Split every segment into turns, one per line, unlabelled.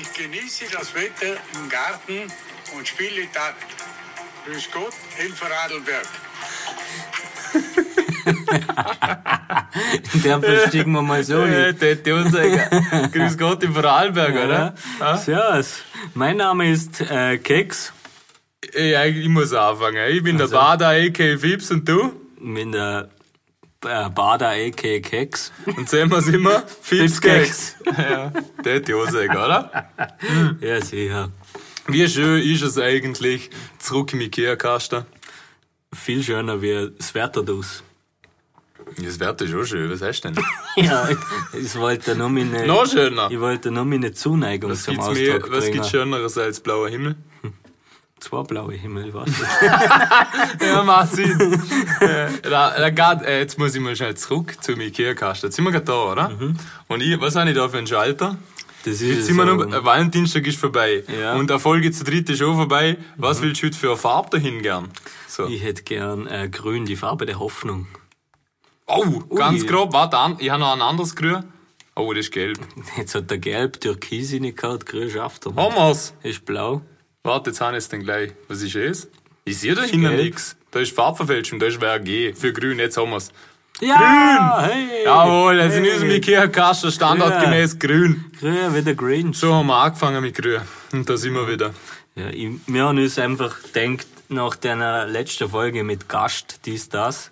Ich genieße das Wetter im Garten und spiele Dart. Grüß Gott, Helfer Adelberg.
Der verstehen wir mal so
Äh,
nicht.
der der Aussage. Grüß Gott im Vorarlberg, oder? Ah?
Servus, mein Name ist äh, Keks.
Ey, eigentlich, ich muss anfangen. Ich bin der Bader, a.k.a. Fips und du?
Ich bin der äh, Bader a.k. Keks.
Und sehen wir immer? Fips
Keks.
Keks. ja, der die Aussage, oder?
Ja, sicher.
Wie schön ist es eigentlich zurück im Ikea-Kasten?
Viel schöner wie das Werterdus.
Das Wert ist auch schön, was heißt denn?
Ja, ich wollte nur meine,
Noch schöner.
ich wollte nur meine Zuneigung
Was
zum
gibt's,
Ausdruck
mehr, was
bringen.
gibt's Schöneres als blauer Himmel?
Zwei blaue Himmel, was?
Ja, macht Sinn. Äh, da, da grad, äh, jetzt muss ich mal schnell zurück zum Ikea-Kasten. Jetzt sind wir gerade da, oder? Und ich, was habe ich da für einen Schalter?
Das ist
Jetzt
es
sind wir noch,
aber.
äh, Valentinstag ist vorbei.
Ja.
Und der Folge zu dritt ist auch vorbei. Was willst du heute für eine Farbe dahin gern? So.
Ich hätte gern äh, grün, die Farbe der Hoffnung.
Oh, ganz
Ui.
grob. Warte, an, ich habe noch ein anderes Grün. Oh, das ist gelb.
Jetzt hat der Gelb Türkis nicht gehabt, grün schafft er. nicht.
Haben wir's.
Ist blau.
Warte, jetzt habe ich es dann gleich. Was ist es? Ich sehe da hinten
gelb.
nichts. Da ist Farbverfälschung, da ist WRG. Für grün, jetzt haben wir's.
Ja! Hey!
Jawohl, also in unserem Ikea-Kasten standardgemäß grün.
Grün wie der Grinch.
So haben wir angefangen mit Grün. Und da sind wir wieder.
Ja, ich, wir haben uns einfach gedacht, nach deiner letzten Folge mit Gast, dies, das,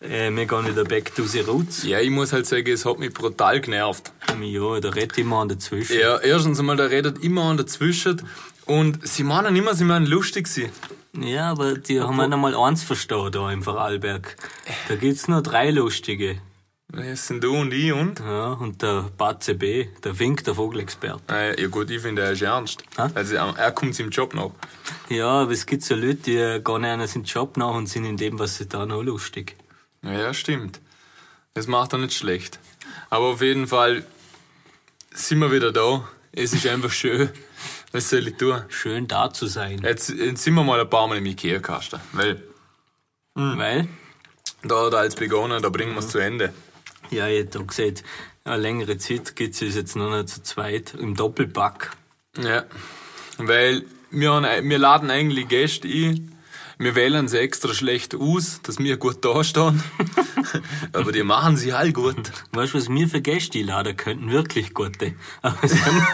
äh, wir gehen wieder back to the roots.
Ja, ich muss halt sagen, es hat mich brutal genervt.
Ja, da redet immer an dazwischen.
Ja, erstens einmal, der redet immer an dazwischen. Und sie meinen immer, sie meinen lustig sie.
Ja, aber die haben wir noch mal eins verstanden da im Vorarlberg. Da gibt's nur drei Lustige.
Es sind du und ich und?
Ja, und der Batze B, der Wink, der Vogelexperte.
Äh, Ja gut, ich finde, er ist ernst.
Hä?
Also er er kommt seinem Job nach.
Ja, aber es gibt so Leute, die äh, gehen einer seinen Job nach und sind in dem, was sie da noch lustig.
Ja, stimmt. Das macht er nicht schlecht. Aber auf jeden Fall sind wir wieder da. Es ist einfach schön. Was soll ich tun?
Schön da zu sein.
Jetzt, jetzt sind wir mal ein paar Mal im Ikea-Kasten. Weil
Weil,
da hat er als begonnen, da bringen wir es zu Ende.
ja, ich hätte auch gesagt, eine längere Zeit gibt's es jetzt nur noch zu zweit im Doppelpack.
Ja, weil wir, haben, wir laden eigentlich Gäste ein. Wir wählen sie extra schlecht aus, dass wir gut dastehen. Aber die machen sie halt gut.
Weißt du, was wir für Gäste laden könnten? Wirklich gute. Aber sie haben-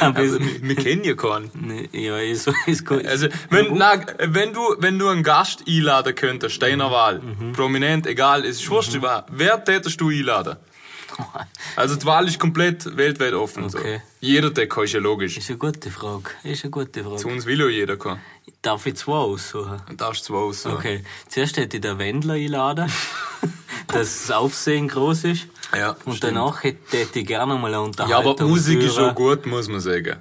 aber
Also,
es,
wir, wir kennen ja keinen.
ne, ja, ist, ist gut.
Also, wenn, na, wenn, du, wenn du einen Gast einladen könntest,
Mhm.
deiner Wahl, prominent, egal, es ist wurscht, mhm. wer tätest du einladen? Also, die Wahl ist komplett weltweit offen.
Okay.
So. Jeder, der kann, ist ja logisch.
ist eine gute Frage. Ist eine gute
Zu
Frage.
uns will ja jeder kann.
Darf ich zwei aussuchen?
Dann darfst du zwei aus.
Okay, zuerst hätte ich den Wendler einladen, dass das Aufsehen groß ist.
Ja,
Und
stimmt.
danach hätte, hätte ich gerne mal eine
Ja,
Unterhaltung.
aber die Musik ist
führen.
schon gut, muss man sagen.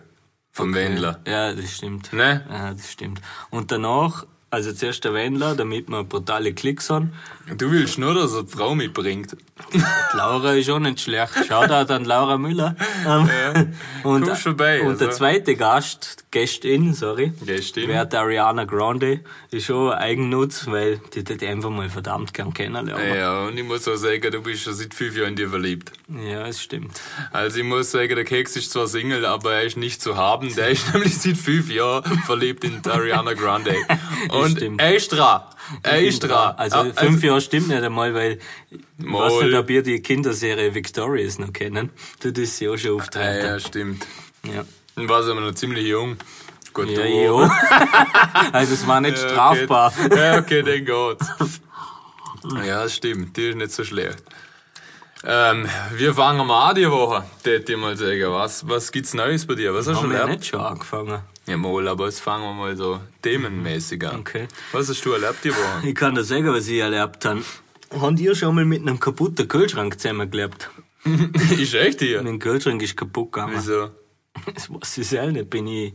Vom Wendler.
Ja, das stimmt.
Ne?
Ja, das stimmt. Und danach, also zuerst der Wendler, damit wir brutale Klicks haben.
Du willst nur, dass er die Frau mitbringt.
Die Laura ist auch nicht schlecht. Shoutout an Laura Müller. Ähm, und
kommst vorbei,
und der
also.
zweite Gast, Gästin, sorry,
Gästin.
wäre die Ariana Grande. Ist schon Eigennutz, weil die hätte ich einfach mal verdammt gern kennenlernen.
Ja, und ich muss auch sagen, du bist schon seit fünf Jahren in dir verliebt.
Ja, es stimmt.
Also ich muss sagen, der Keks ist zwar Single, aber er ist nicht zu haben. Der ist nämlich seit fünf Jahren verliebt in die Ariana Grande. Und
stimmt.
er ist dran. Er ist dran.
Also
Ah,
fünf Jahre stimmt nicht einmal, weil ich weiß
Mal.
nicht, ob ihr die Kinderserie Victorious noch kennen. Du ist ja auch schon
Ja, ja,
auftreten.
stimmt.
Ja,
Und war aber noch ziemlich jung. Gut,
ja.
du
ja,
auch.
also es war nicht
Ja, Äh, okay.
strafbar.
Ja, okay, dann geht's. Ja, stimmt, die ist nicht so schlecht. Ähm, wir fangen mal an die Woche, tät ich mal sagen. Was, was gibt's Neues bei dir? Was hast du
Haben
schon
wir
erlebt?
nicht schon angefangen.
Ja, mal, aber jetzt fangen wir mal so themenmäßig an.
Okay.
Was hast du erlebt die Woche?
Ich kann dir sagen, was ich erlebt habe. Habt ihr schon mal mit einem kaputten Kühlschrank zusammengelebt?
ist echt hier? Also,
Mein Kühlschrank ist kaputt gegangen.
Wieso?
Das weiß ich selber nicht. Bin ich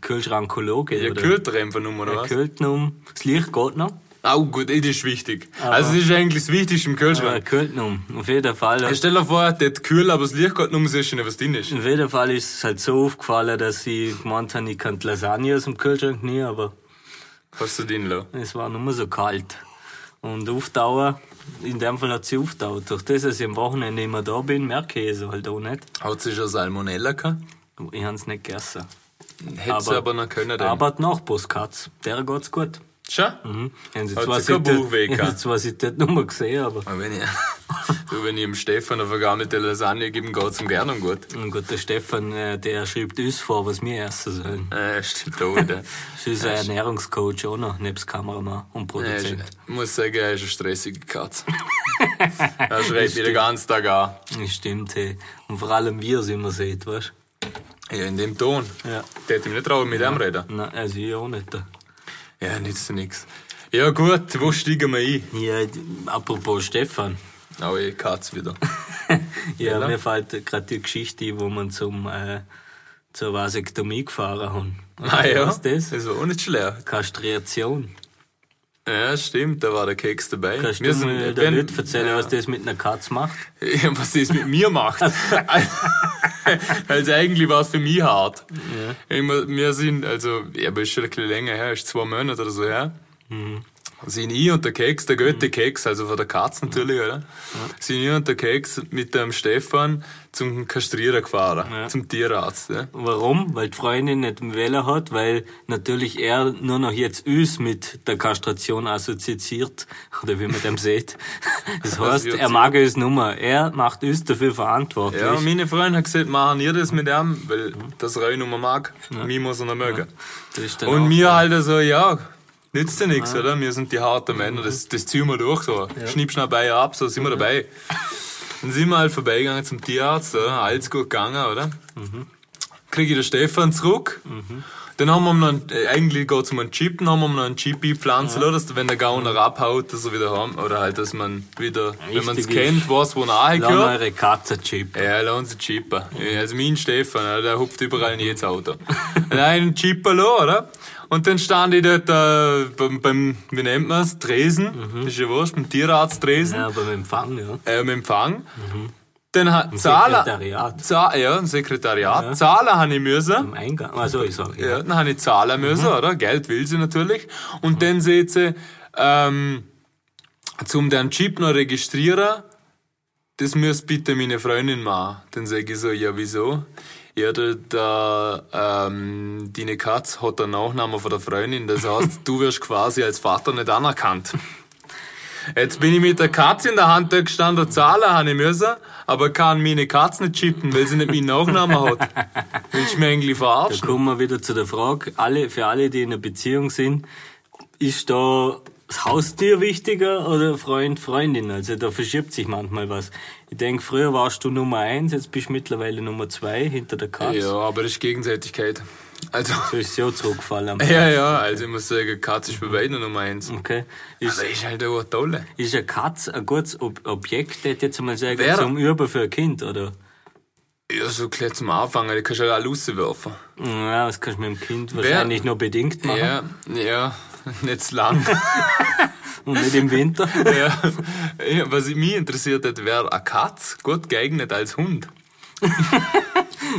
Kühlschrankologe?
Ja,
oder?
Kühltrempfen oder was?
Kühlt genommen. Das Licht geht noch.
Au, gut, eh, das ist wichtig. also, das ist eigentlich das Wichtigste im
Aber
Kühlschrank.
kühlt genommen. Auf jeden Fall.
Stell dir vor, der kühl, aber das Licht geht nur, siehst du nicht, was drin ist.
Auf jeden Fall ist es halt so aufgefallen, dass ich gemeint habe, ich kann die Lasagne aus dem Kühlschrank nie, aber
Hast du drin lassen?
es war nur so kalt. Und Aufdauer, in dem Fall hat sie aufgedauert. Durch das, dass ich am Wochenende immer da bin, merke ich es halt auch nicht.
Hat sie schon Salmonella gehabt?
Ich habe es nicht gegessen.
Hätte sie aber noch können. dann.
Aber die Nachbarskatz, der geht's gut.
Schau.
Mhm. Haben sie
Hat
zwar
sie kein
seitdem-
Bauchweh
haben
gehabt?
sie zwar seitdem nicht mehr gesehen, aber
Und Wenn ich, du, wenn ich dem Stefan eine vergammelte Lasagne geben, geht's ihm gerne um gut.
Und gut, der Stefan, äh, der schreibt uns vor, was wir essen sollen.
Äh, stimmt auch wieder.
Das ist ein Ernährungscoach auch noch, nebst Kameramann und
Äh,
Produzent.
ich muss sagen, er ist eine stressige Katze. er schreibt mir den ganzen Tag an.
Das stimmt, hey. Und vor allem wir sind immer seht, weißt
Ja, in dem Ton.
Ja.
Der hätte ihm nicht trauen, mit dem reden.
du? Nein, also ich auch nicht.
Ja, nützt ja nichts. Ja, gut, wo steigen wir ein?
Ja, d- apropos Stefan.
Oh, ich Katz wieder.
Ja,
Ja.
mir fällt gerade die Geschichte ein, wo man zum, äh, zur Vasektomie gefahren haben.
Ah, ja.
Was ist das?
Das war auch nicht schlecht.
Kastration.
Ja, stimmt, da war der Keks dabei.
Kannst
Wir
du
sind-
mir da
wenn-
nicht erzählen, was das mit einer Katze macht?
Ja, was das mit mir macht. also eigentlich war es für mich hart. Ich mu- Wir sind, also, ja, aber ist schon ein bisschen länger her, ist zwei Monate oder so her. Sind ich und der Keks, der Goethe-Keks, also von der Katz natürlich, oder? Sind ich und der Keks mit dem Stefan zum Kastrieren gefahren, zum Tierarzt. Ja.
Warum? Weil die Freundin nicht einen Wähler hat, weil natürlich er nur noch jetzt uns mit der Kastration assoziiert, oder wie man dem sieht. Das heißt, er mag uns nur mehr. Er macht uns dafür verantwortlich.
Ja, meine Freundin hat gesagt, machen wir das mit ihm, weil das Reunummer mag, mich muss er noch mögen.
das ist dann
Und
auch-
mir halt so, ja, nützt ja nichts,
Ah.
oder? Wir sind die harten Männer, das, das ziehen wir durch so. Schnipp schnell bei ab, so sind wir dabei. Dann sind wir halt vorbeigegangen zum Tierarzt, oder? Alles gut gegangen, oder?
Mhm.
Kriege ich den Stefan zurück. Dann haben wir ihm noch, einen, äh, eigentlich geht es um einen Chip, dann haben wir ihm noch einen Chip eingepflanzt, oder? Dass, wenn der Gauner abhaut, dass er wieder haben, oder halt, dass man wieder, wenn man es
Richtig ist.
kennt, weiß, wo er
Lass
gehört.
eure Katze chip.
Ja, lass uns einen Chipper. Ja, Also mein Stefan, ja, der hupft überall in jedes Auto. Nein, einen Chipper lassen, oder? Und dann stand ich dort äh, beim, beim, wie nennt man es, Tresen, ist ja was, beim Tierarzt Tresen,
Mhm. Ja, beim Empfang, ja.
äh, im Empfang. Dann hat Zahlen,
Sekretariat.
Zah ja, im Sekretariat, Zahlen habe ich müssen.
Am Eingang. Also, ich sag, ja. Mhm.
Ja, dann habe ich zahlen müssen, oder? Geld will sie natürlich. Und dann sieht sie, ähm, zum den Chip noch registrieren, das muss bitte meine Freundin machen. Dann sage ich so, ja, wieso? Ja, der, der, ähm, deine Katz hat den Nachnamen von der Freundin. Das heißt, du wirst quasi als Vater nicht anerkannt. Jetzt bin ich mit der Katze in der Hand da gestanden, zahlen habe ich müssen, aber kann meine Katze nicht chippen, weil sie nicht meinen Nachnamen hat. Willst du mich eigentlich verarschen?
Da kommen wir wieder zu der Frage, alle, für alle, die in einer Beziehung sind, ist da das Haustier wichtiger oder Freund, Freundin? Also da verschiebt sich manchmal was. Ich denke, früher warst du Nummer eins, jetzt bist du mittlerweile Nummer zwei hinter der Katze.
Ja, aber das ist Gegenseitigkeit. Also,
So ist sie auch zurückgefallen.
ja, ja, also ich muss sagen, Katze ist bei beiden Nummer eins.
Okay.
Das
Ist,
ist halt auch eine tolle.
ist eine Katze ein gutes Ob Objekt, hätte ich jetzt mal sagen,
Wer-
zum Üben für ein Kind, oder?
Ja, so gleich zum Anfangen, die kannst du halt auch rauswerfen.
Ja, das kannst du mit dem Kind wahrscheinlich nur bedingt machen.
Ja, ja, nicht zu lang.
Und nicht im Winter.
ja. Ja, Was mich interessiert hat, wäre eine Katze gut geeignet als Hund.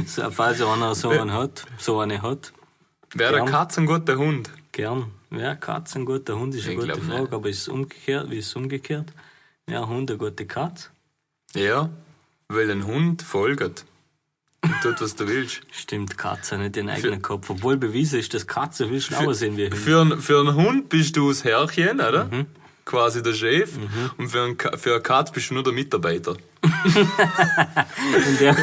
So, Falls einer so einen hat, so eine hat.
Wäre eine
Gern.
Katze ein guter Hund?
Gern. Ja, Katze, ein guter Hund ist eine
Ich
gute
glaub
Frage,
nicht.
aber ist es umgekehrt? Wie ist es umgekehrt? Ja, Hund, eine gute Katze.
Ja, weil ein Hund folgt. Und tut, was du willst.
Stimmt, Katze nicht den eigenen Kopf. Obwohl bewiesen ist, dass Katzen viel schlauer sind wie Hunde.
Für, ein- für einen Hund bist du das Herrchen, oder? Quasi der Chef. Und für, ein, Ka- für eine Katze bist du nur der Mitarbeiter.
In, der,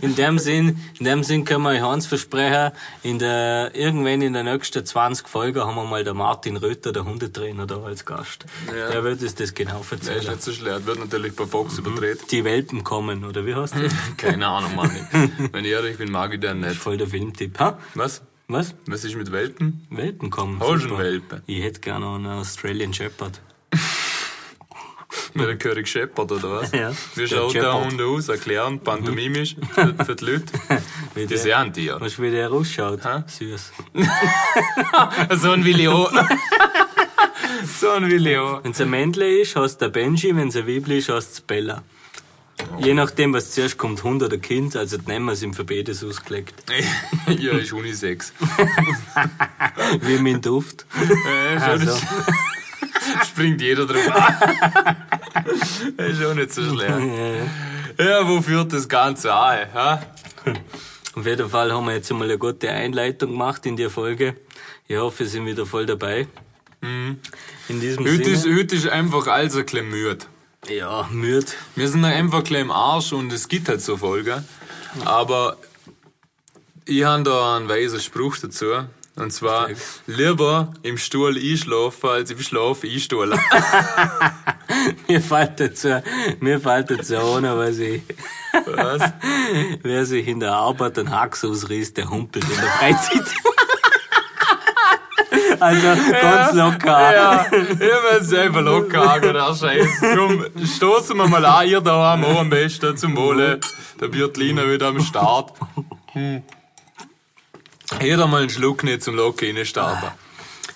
in, dem Sinn, in dem Sinn können wir euch eins versprechen, in der, irgendwann in den nächsten 20 Folgen haben wir mal den Martin Rötter, der Hundetrainer, da als Gast. Der wird uns das genau
Der ist
erzählen.
nicht so schlecht, wird natürlich bei Fox überdreht.
Die Welpen kommen, oder wie heißt das?
Mhm. Keine Ahnung, Mann. Wenn ich ehrlich bin, mag ich den nicht.
Voll der Filmtipp. Ha?
Was?
Was?
Was ist mit Welpen?
Welpen kommen.
Hast du
super.
einen Welpen?
Ich hätte gerne einen Australian Shepherd.
Mit einem König Shepherd oder was?
Ja. Der
Wie schaut Mhm. der, Mhm.
Shepherd.
Hund aus? Erklären, pantomimisch für, für die Leute.
Wie
Das ist
der-
ja ein Tier.
Weißt du, wie der ausschaut?
Hä?
Süß.
So ein Willi auch. So ein Willi auch.
Wenn es ein Männle ist, heißt der Benji, wenn es ein Weibli ist, heißt es Bella. Je nachdem, was zuerst kommt, Hund oder Kind, also die Namen sind für beides ausgelegt.
Ja, ist Unisex.
Wie mein Duft.
Äh, schau,
Also,
das- springt jeder drauf Das ist auch nicht so schlecht. Ja, wo führt das Ganze an? Ha?
Auf jeden Fall haben wir jetzt einmal eine gute Einleitung gemacht in die Folge. Ich hoffe, ihr sind wieder voll dabei.
Mhm.
In diesem
Heute ist,
Sinne.
heute ist einfach alles ein bisschen müde.
Ja, müde.
Wir sind noch einfach ein bisschen im Arsch und es gibt halt so Folgen. Aber ich habe da einen weisen Spruch dazu. Und zwar, lieber im Stuhl einschlafen, als im Schlaf einstuhlen.
Mir fällt dazu, mir fällt dazu ohne, weil sie,
Was?
wer sich in der Arbeit einen Hax ausriss, der humpelt in der Freizeit. also, ganz locker.
Ja, ich werd's selber locker angehen, Scheiß. Komm, stoßen wir mal an, ihr da am am besten zum Wohle. Da wird Lina wieder am Start. Hm. Jeder mal einen Schluck nicht zum Locker rein starten.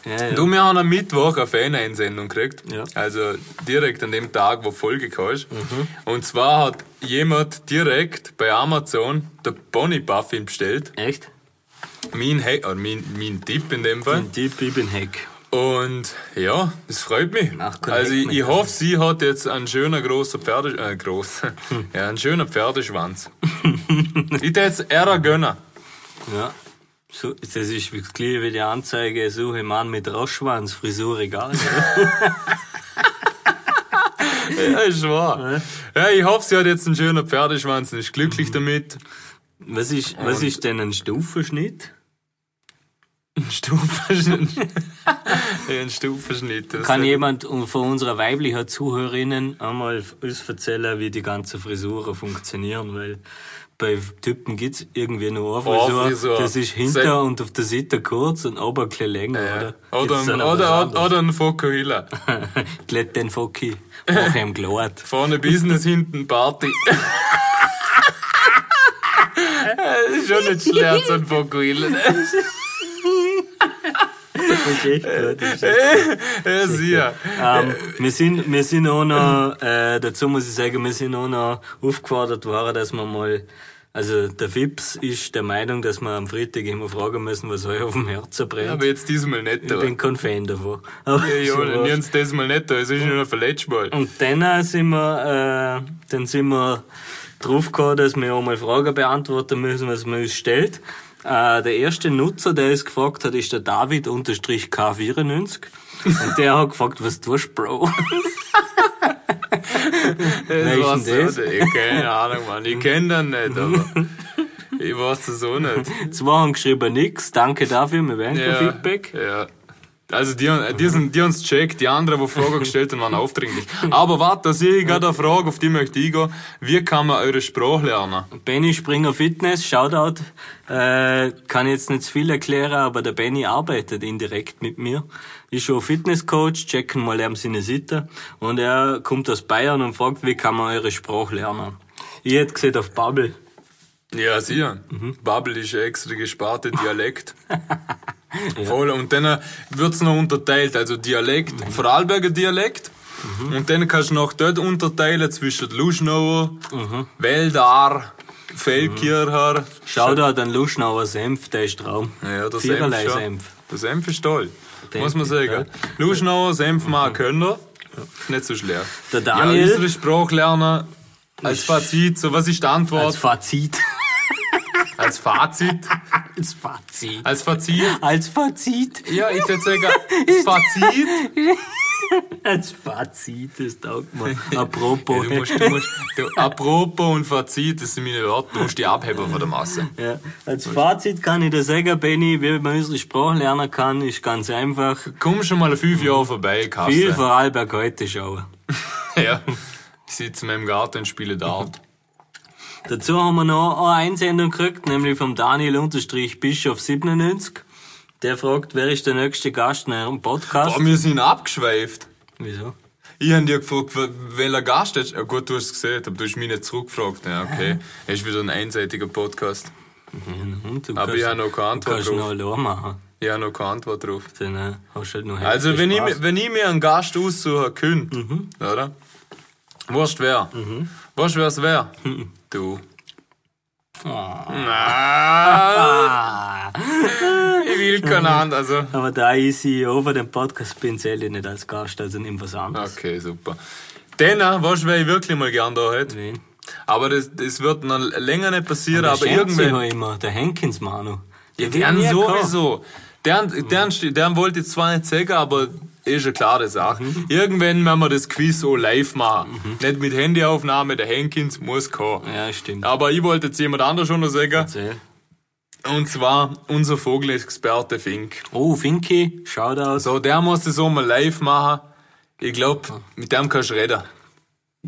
Ja, ja.
Du, wir haben am Mittwoch eine Fan-Einsendung gekriegt.
Ja.
Also direkt an dem Tag, wo Folge kam. Und zwar hat jemand direkt bei Amazon den Bonnie Buffin bestellt.
Echt?
Mein, He oder mein, mein Tipp in dem Fall.
Ein Typ, ich bin Heck.
Und ja, das freut mich.
Ach, kann
also
ich
ich,
mit.
ich hoffe, sie hat jetzt einen schönen großen Pferde, äh, groß, ja, einen schönen Pferdeschwanz. ich hätte jetzt eher gönnen.
Ja. So, das ist wirklich wie die Anzeige, suche Mann mit Rauschschwanz, Frisur egal.
Ja, ist wahr. Ja, ich hoffe, sie hat jetzt einen schönen Pferdeschwanz und ist glücklich damit.
was ist, was ist denn ein Stufenschnitt?
Stufenschnitt. ja, ein Stufenschnitt. Das
Kann jemand um von unserer weiblichen Zuhörerinnen einmal uns erzählen, wie die ganzen Frisuren funktionieren? Weil bei Typen gibt's irgendwie nur eine Frisur.
Eine Frisur.
Das ist hinter
Sel-
und auf der Seite kurz und oben ein bisschen länger,
ja.
oder?
Oder,
Gibt's dann
ein,
noch
oder,
was
oder, oder ein Fokuhila.
anderes? Glätt den Focki. Mach ihm glatt.
Vorne Business, hinten Party. Das ist schon nicht schlecht, so ein Fokuhila.
Okay, gut.
Ja, sicher.
Ähm, wir sind, wir sind auch noch, äh, dazu muss ich sagen, wir sind auch noch aufgefordert worden, dass wir mal, also der Fips ist der Meinung, dass wir am Freitag immer fragen müssen, was euch auf dem Herzen brennt.
Aber jetzt diesmal nicht
ich
da.
bin kein Fan davon. Aber
Ja, ja,
so
dann
war's.
nimm's das mal nicht da, es ist nur verletzbar.
und dann äh, sind wir, äh, dann sind wir drauf gekommen, dass wir auch mal Fragen beantworten müssen, was man uns stellt. Äh, der erste Nutzer, der es gefragt hat, ist der David-K94. Und der hat gefragt, was tust du, Bro?
Das war's
denn
so, ich- keine Ahnung, Mann, ich kenn den nicht, aber ich weiß das auch nicht.
Zwei haben geschrieben nix, danke dafür, wir werden kein
Ja,
Feedback.
Ja. Also die, die, sind, die uns checkt, die anderen, die Fragen gestellt haben, waren aufdringlich. Aber warte, da sehe ich gerade eine Frage, auf die möchte ich eingehen. Wie kann man eure Sprache lernen?
Benny Springer Fitness, Shoutout. Äh, kann jetzt nicht zu viel erklären, aber der Benny arbeitet indirekt mit mir. Ist schon Fitnesscoach, checken mal ihm seine Seite. Und er kommt aus Bayern und fragt, wie kann man eure Sprache lernen? Ich hätte gesehen auf Bubble.
Ja, sicher. Bubble ist ein extra gesparte Dialekt. Voll. Und dann äh, wird's noch unterteilt. Also Dialekt, Vorarlberger Dialekt. Und dann kannst du noch dort unterteilen zwischen Luschnauer, Wäldar, Feldkircher.
Shoutout an Luschnauer Senf, der ist Traum.
Ja, der Senf.
Viererlei
schon.
Senf.
Der Senf ist toll.
Denke
Muss man
ich,
sagen. Luschnauer, Senf mal können. wir. Nicht so schwer.
Mhm. Der
Ja,
Daniel-
unsere Sprachlerner. Als Fazit, so was ist die
Als
Antwort?
Fazit.
Als Fazit?
Als Fazit.
Als Fazit?
Als Fazit.
Ja, ich würde sagen, das Fazit.
Als Fazit, das taugt mir. Apropos.
Du musst, du musst, du, apropos und Fazit, das sind meine Worte, du musst die abheben von der Masse.
Ja, als Fazit kann ich dir sagen, Benny, wie man unsere Sprache lernen kann, ist ganz einfach.
Komm schon mal fünf Jahre vorbei, Kasse.
Mhm. Viel Vorarlberg heute schauen.
Ja. Ich sitze in meinem Garten und spiele Dart.
Dazu haben wir noch eine Einsendung gekriegt, nämlich vom Daniel unterstrich Bischof 97. Der fragt, wer ist der nächste Gast in eurem Podcast?
Boah, wir sind abgeschweift.
Wieso?
Ich habe dich gefragt, wel- welcher Gast ist. Ja, gut, du hast es gesehen, aber du hast mich nicht zurückgefragt. Ja, okay. Das ist wieder ein einseitiger Podcast.
Hm, du
Aber
kannst-
ich habe noch keine
Du
Antwort
kannst noch
drauf.
allein machen.
Ich habe noch keine Antwort drauf.
Dann äh, hast du halt noch
Also,
heftig
wenn ich,
Spaß.
mir- wenn ich mir einen Gast aussuchen könnte, oder? Weißt du wer? Weißt du, wer es wäre? Du. Na, ich will keinen anderen, also.
Ah, Aber da ich CEO E von dem Podcast bin, zähle ich nicht als Gast, also nimm was anderes.
Okay, super. Den, äh, weißt du, wer ich wirklich mal gern da hätte?
Wen?
Aber das, das wird noch länger nicht passieren,
Der
Ah, aber
schämt sich
irgendwann.
ja immer, der Henkins Manu.
Ja,
will nie
deren
kommen.
sowieso. Deren, deren, ste- deren wollte ich zwar nicht sagen, aber ist eine klare Sache. Irgendwann werden wir das Quiz so live machen. Nicht mit Handyaufnahme, der Henkins muss kommen.
Ja, stimmt.
Aber ich wollte jetzt jemand anderes schon noch sagen.
Erzähl.
Und zwar unser Vogelexperte Fink.
Oh, Finki, Shoutout.
So, der muss das auch mal live machen. Ich glaub, mit dem kannst du reden.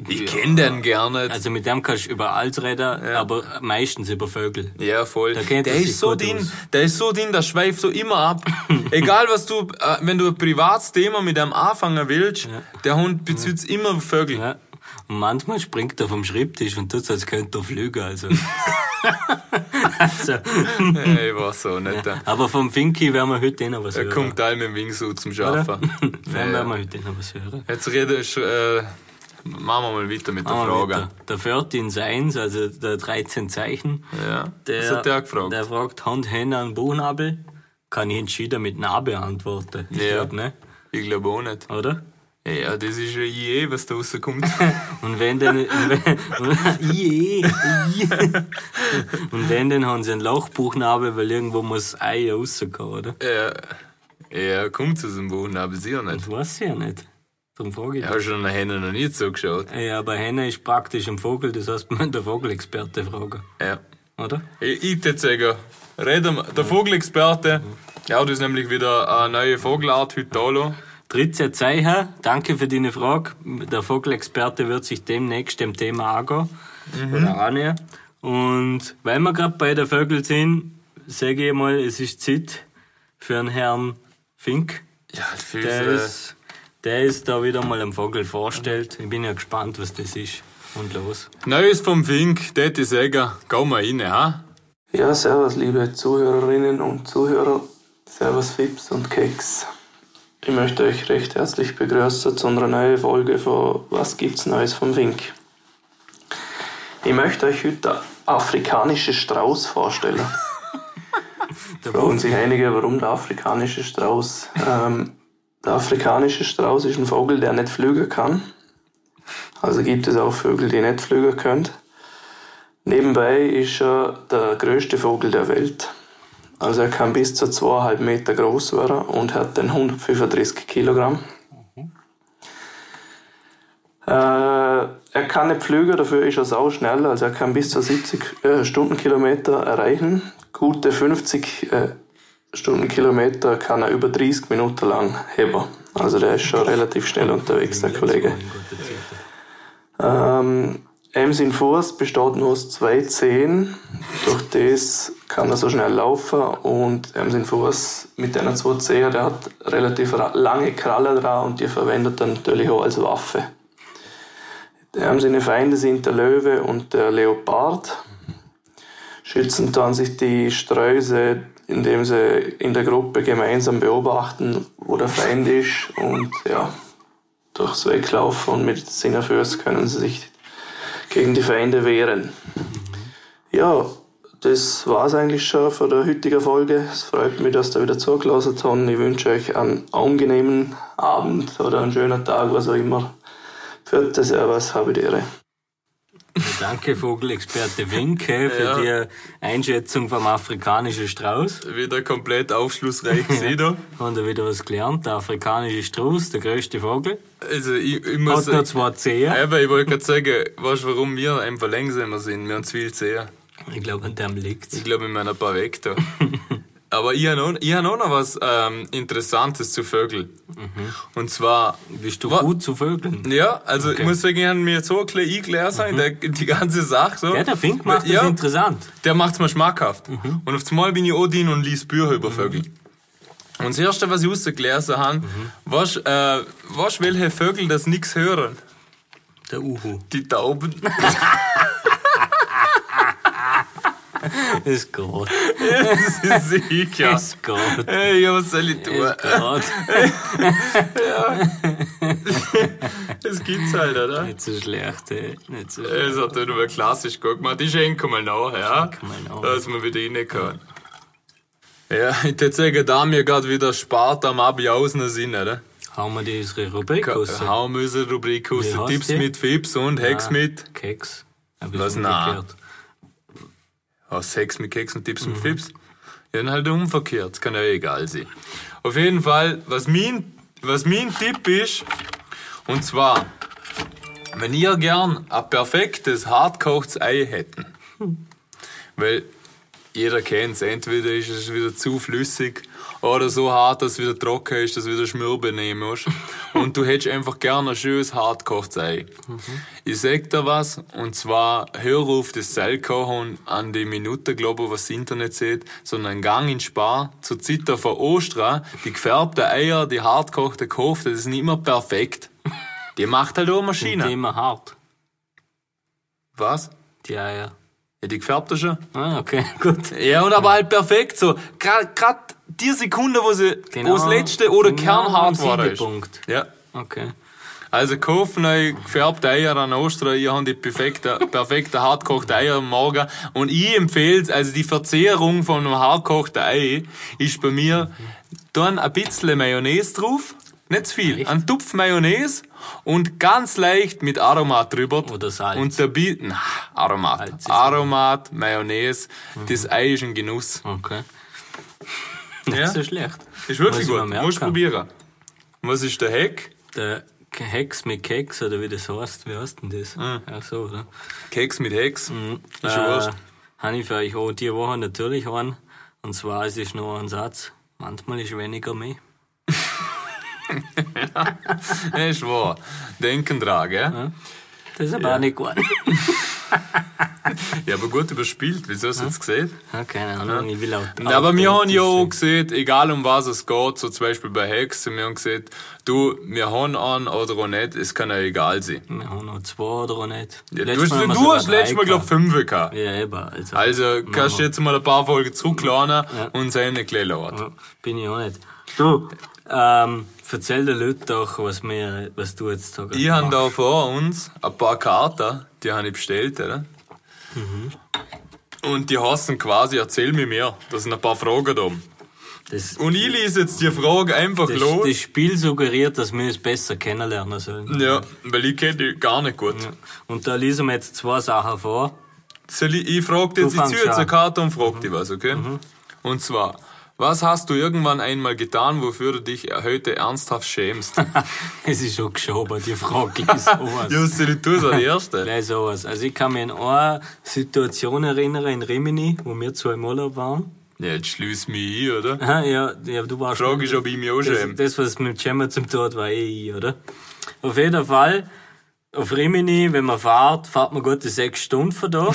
Ich kenn den gar nicht.
Also mit dem kannst du über alles reden, aber meistens über Vögel.
Ja, voll.
Da kennt
der
er
ist
sich
so
gut
dünn,
aus.
der ist so dünn, der schweift so immer ab. Egal was du, äh, wenn du ein privates Thema mit einem anfangen willst, der Hund bezieht immer Vögel.
Ja. Und manchmal springt er vom Schreibtisch und tut so, als könnte er fliegen. Also. also.
Ey, war so nicht. Ja.
Aber vom Finki werden wir heute eh noch was
Der
hören.
kommt da mit dem Wingsuit zum
oder?
Schaffen.
Von
Ja,
dem
ja.
werden wir heute eh noch was hören.
Jetzt rede ich, äh, machen wir mal weiter mit der
Ah,
Frage.
weiter. Der 14 Seins, also der 13 Zeichen.
Ja.
Der,
das hat der gefragt.
Der fragt Hand, Hände an Buchnabel. Kann ich entschieden mit Nabe antworten. Ich
Ja.
glaub, ne?
Ich glaube auch nicht.
Oder?
Ja, das ist ja je, was da rauskommt.
Und wenn dann, wenn, Ie, ie. und wenn dann haben sie einen Lauchbuchnabel, weil irgendwo muss das Ei rauskommen, oder?
ja, ja, kommt aus dem Boden, aber sicher nicht.
Das weiß ich ja nicht. Darum frage ich.
Ich
Ja.
habe schon nach Hennen noch nie zugeschaut.
Ja, aber Henne ist praktisch ein Vogel, das heißt, man muss den Vogelexperte fragen,
Ja.
oder?
Ich, Äh, ich würde sagen, reden wir. Der Vogelexperte, ja, das ist nämlich wieder eine neue Vogelart, Hytalo.
13 Zeichen, danke für deine Frage. Der Vogelexperte wird sich demnächst dem Thema angehen. Oder annähern. Und weil wir gerade bei den Vögeln sind, sage ich mal, es ist Zeit für einen Herrn Fink.
Ja, für
Der
diese-
ist, äh, der ist da wieder mal am Vogel vorstellt. Ich bin ja gespannt, was das ist. Und los.
Neues vom Fink, das ich sagen, gehen wir rein, ha?
Ja, servus, liebe Zuhörerinnen und Zuhörer. Servus, Fips und Keks. Ich möchte euch recht herzlich begrüßen zu unserer neuen Folge von Was gibt's Neues vom Wink? Ich möchte euch heute den afrikanischen Strauß vorstellen.
Der
Fragen sich einige, warum der afrikanische Strauß. Ähm, der afrikanische Strauß ist ein Vogel, der nicht flügen kann. Also gibt es auch Vögel, die nicht flügen können. Nebenbei ist er der größte Vogel der Welt. Also er kann bis zu zweieinhalb Meter groß werden und hat dann 135 Kilogramm. Äh, er kann nicht fliegen, dafür ist er sau schnell. Also er kann bis zu 70 äh, Stundenkilometer erreichen. Gute 50 äh, Stundenkilometer kann er über 30 Minuten lang heben. Also der ist schon relativ schnell unterwegs, der Kollege. Ähm, Ems in Fuß besteht nur aus zwei Zehen. Durch das kann er so schnell laufen und Ems in Fuß mit einer zwei Zehen, der hat relativ ra- lange Krallen dran und die verwendet er natürlich auch als Waffe. Ähm, seine Feinde sind der Löwe und der Leopard. Schützen tun sich die Sträuße, indem sie in der Gruppe gemeinsam beobachten, wo der Feind ist und ja, durchs Weglaufen und mit seiner Füße können sie sich gegen die Feinde wehren. Ja, das war's eigentlich schon von der heutigen Folge. Es freut mich, dass ihr wieder zugelassen habt. Ich wünsche euch einen angenehmen Abend oder einen schönen Tag, was auch immer. Für das Servus, habe die Ehre.
also Danke, Vogelexperte Winke, für
Ja.
die Einschätzung vom afrikanischen Strauß.
Wieder komplett aufschlussreich gesehen. da.
Haben da wieder was gelernt. Der afrikanische Strauß, der größte Vogel,
Also, ich, ich
hat
muss.
nur zwei Zehen.
Aber ich wollte gerade sagen, weißt du, warum wir einfach langsamer sind? Wir haben zu viel Zeher.
Ich glaube, an dem liegt's.
Ich glaube, in meiner paar weg da. Aber ich habe noch, ich hab auch noch was ähm, Interessantes zu Vögeln. Und zwar.
Bist du
Wa-
gut zu Vögeln?
Ja, also ich muss sagen, ich habe mir so ein bisschen eingelesen in der, die ganze Sache. So.
Mhm. Ja, der Fink macht das Mhm.
ja,
interessant.
Der macht's mir schmackhaft. Und auf einmal bin ich Odin und lies Bücher
Mhm.
über Vögel. Und das Erste, was ich rausgelesen habe, was, äh, was welche Vögel das nix hören?
Der Uhu.
Die Tauben.
Ist gut.
das ist sicher.
Ist gut.
Ey, ja, was soll ich tun?
Ist gut.
Das gibt's halt, oder?
Nicht so schlecht, ey. Nicht so schlecht.
Das hat er nur klassisch gut gemacht. Ich schenke mal nach, ja.
Schenk mal nach.
Dass wir wieder rein können. Ja, ich würde sagen, da mir gerade wieder spart am Abi aus sind, oder?
Haben wir die unsere Rubrik äh, raus?
Hauen wir unsere Rubrik raus.
Wie heißt
Tipps
die?
mit Fips und Hex mit.
Keks. Ein bisschen
Was? Na.
umgekehrt.
Aus Ah, Sex mit Keks und Tipps und
Mhm.
Flips. Ja, dann halt umverkehrt. Kann ja eh egal sein. Auf jeden Fall, was mein, was mein Tipp ist, und zwar, wenn ihr gern ein perfektes, hartkochtes Ei hätten, weil jeder kennt es, entweder ist es wieder zu flüssig oder so hart, dass es wieder trocken ist, dass du wieder Schmürbe nehmen musst. Und du hättest einfach gerne ein schönes, hartkochtes Ei. Ich sag dir was, und zwar hör auf das Seilkochen an die Minute, glaube ich, was das Internet sieht, sondern gang in Spar zur Zeit von Ostra, die gefärbten Eier, die hartkochte Kofte, das ist nicht immer perfekt. Die macht halt auch Maschine.
Thema hart.
Was?
Die Eier.
Ja, die gefärbte schon?
Ah, okay, gut.
Ja, und aber halt perfekt so. Gerade die Sekunde, wo sie
Genau.
wo das letzte oder kernhart
am
war. ist.
Siedepunkt.
Ja.
Okay.
Also kauft neu gefärbte Eier an Ostern. Ihr habt die perfekte, perfekte hartgekochte Eier am Morgen. Und ich empfehle es, also die Verzehrung von einem hartgekochten Ei ist bei mir, dann ein bisschen Mayonnaise drauf. Nicht zu viel. Ein Tupf Mayonnaise und ganz leicht mit Aromat drüber.
Oder Salz.
Und dabei, na, Aromat.
Salz ist- Mhm.
Aromat, Mayonnaise. Das Ei ist ein Genuss.
Okay. Nicht
Ja.
so schlecht.
Ist
Muss
wirklich
ich mir
gut.
merken.
Musst probieren. Was ist der Heck?
Der Hex mit Keks, oder wie das heißt. Wie heißt denn das? Ach so, oder?
Keks mit Hex. Ah. Ist ja
Äh,
wurscht.
habe ich für euch auch die Woche natürlich einen. Und zwar es ist nur ein Satz. Manchmal ist weniger mehr.
Ist wahr. Denken dran, gell?
Das ist aber auch nicht gut.
Ja, aber gut überspielt. Wieso hast du jetzt gesehen?
Ja, keine Ahnung, ich will auch.
Aber wir haben
authentisch
ja auch
sein.
gesehen, egal um was es geht, so zum Beispiel bei Hexen, wir haben gesehen, du, wir haben an oder auch nicht, es kann ja egal sein.
Wir haben noch zwei oder nicht.
Ja, du
Letztes
hast,
Mal haben wir
du
sogar
hast letztes Mal,
drei
glaub ich, fünf gehabt.
gehabt. Ja, eben. Also,
Also kannst du jetzt mal ein paar Folgen zurückladen und sein nicht gleich lauert.
Ja, Bin ich auch nicht. Du, ähm, erzähl den Leuten doch, was, wir, was du jetzt sagst.
Ich habe da vor uns ein paar Karten, die habe ich bestellt, oder?
Mhm.
Und die heißen quasi, erzähl mir mehr. Da sind ein paar Fragen da.
Das,
Und ich lese jetzt die Frage einfach
das,
los.
das Spiel suggeriert, dass wir es besser kennenlernen sollen.
Ja, weil ich kenne die gar nicht gut.
Und da lesen wir jetzt zwei Sachen vor.
Soll ich, ich frage jetzt,
Du
ich
fangst
ziehe jetzt
an. Mhm.
eine Karte und frage dich was, okay? Und zwar, was hast du irgendwann einmal getan, wofür du dich heute ernsthaft schämst?
es ist schon geschoben, die Frage ist sowas.
ja, soll ich tun, so die erste?
Gleich sowas. Also ich kann mich an eine Situation erinnern in Rimini, wo wir zwei im Urlaub waren.
ja, jetzt schließ mich ein, oder?
Aha, ja, ja, du warst
Frage ist, ob ich mich auch
das,
schäme.
das, was mit Gemma zum Tod war, eh ich, oder? Auf jeden Fall, auf Rimini, wenn man fährt, fährt man gute sechs Stunden von da.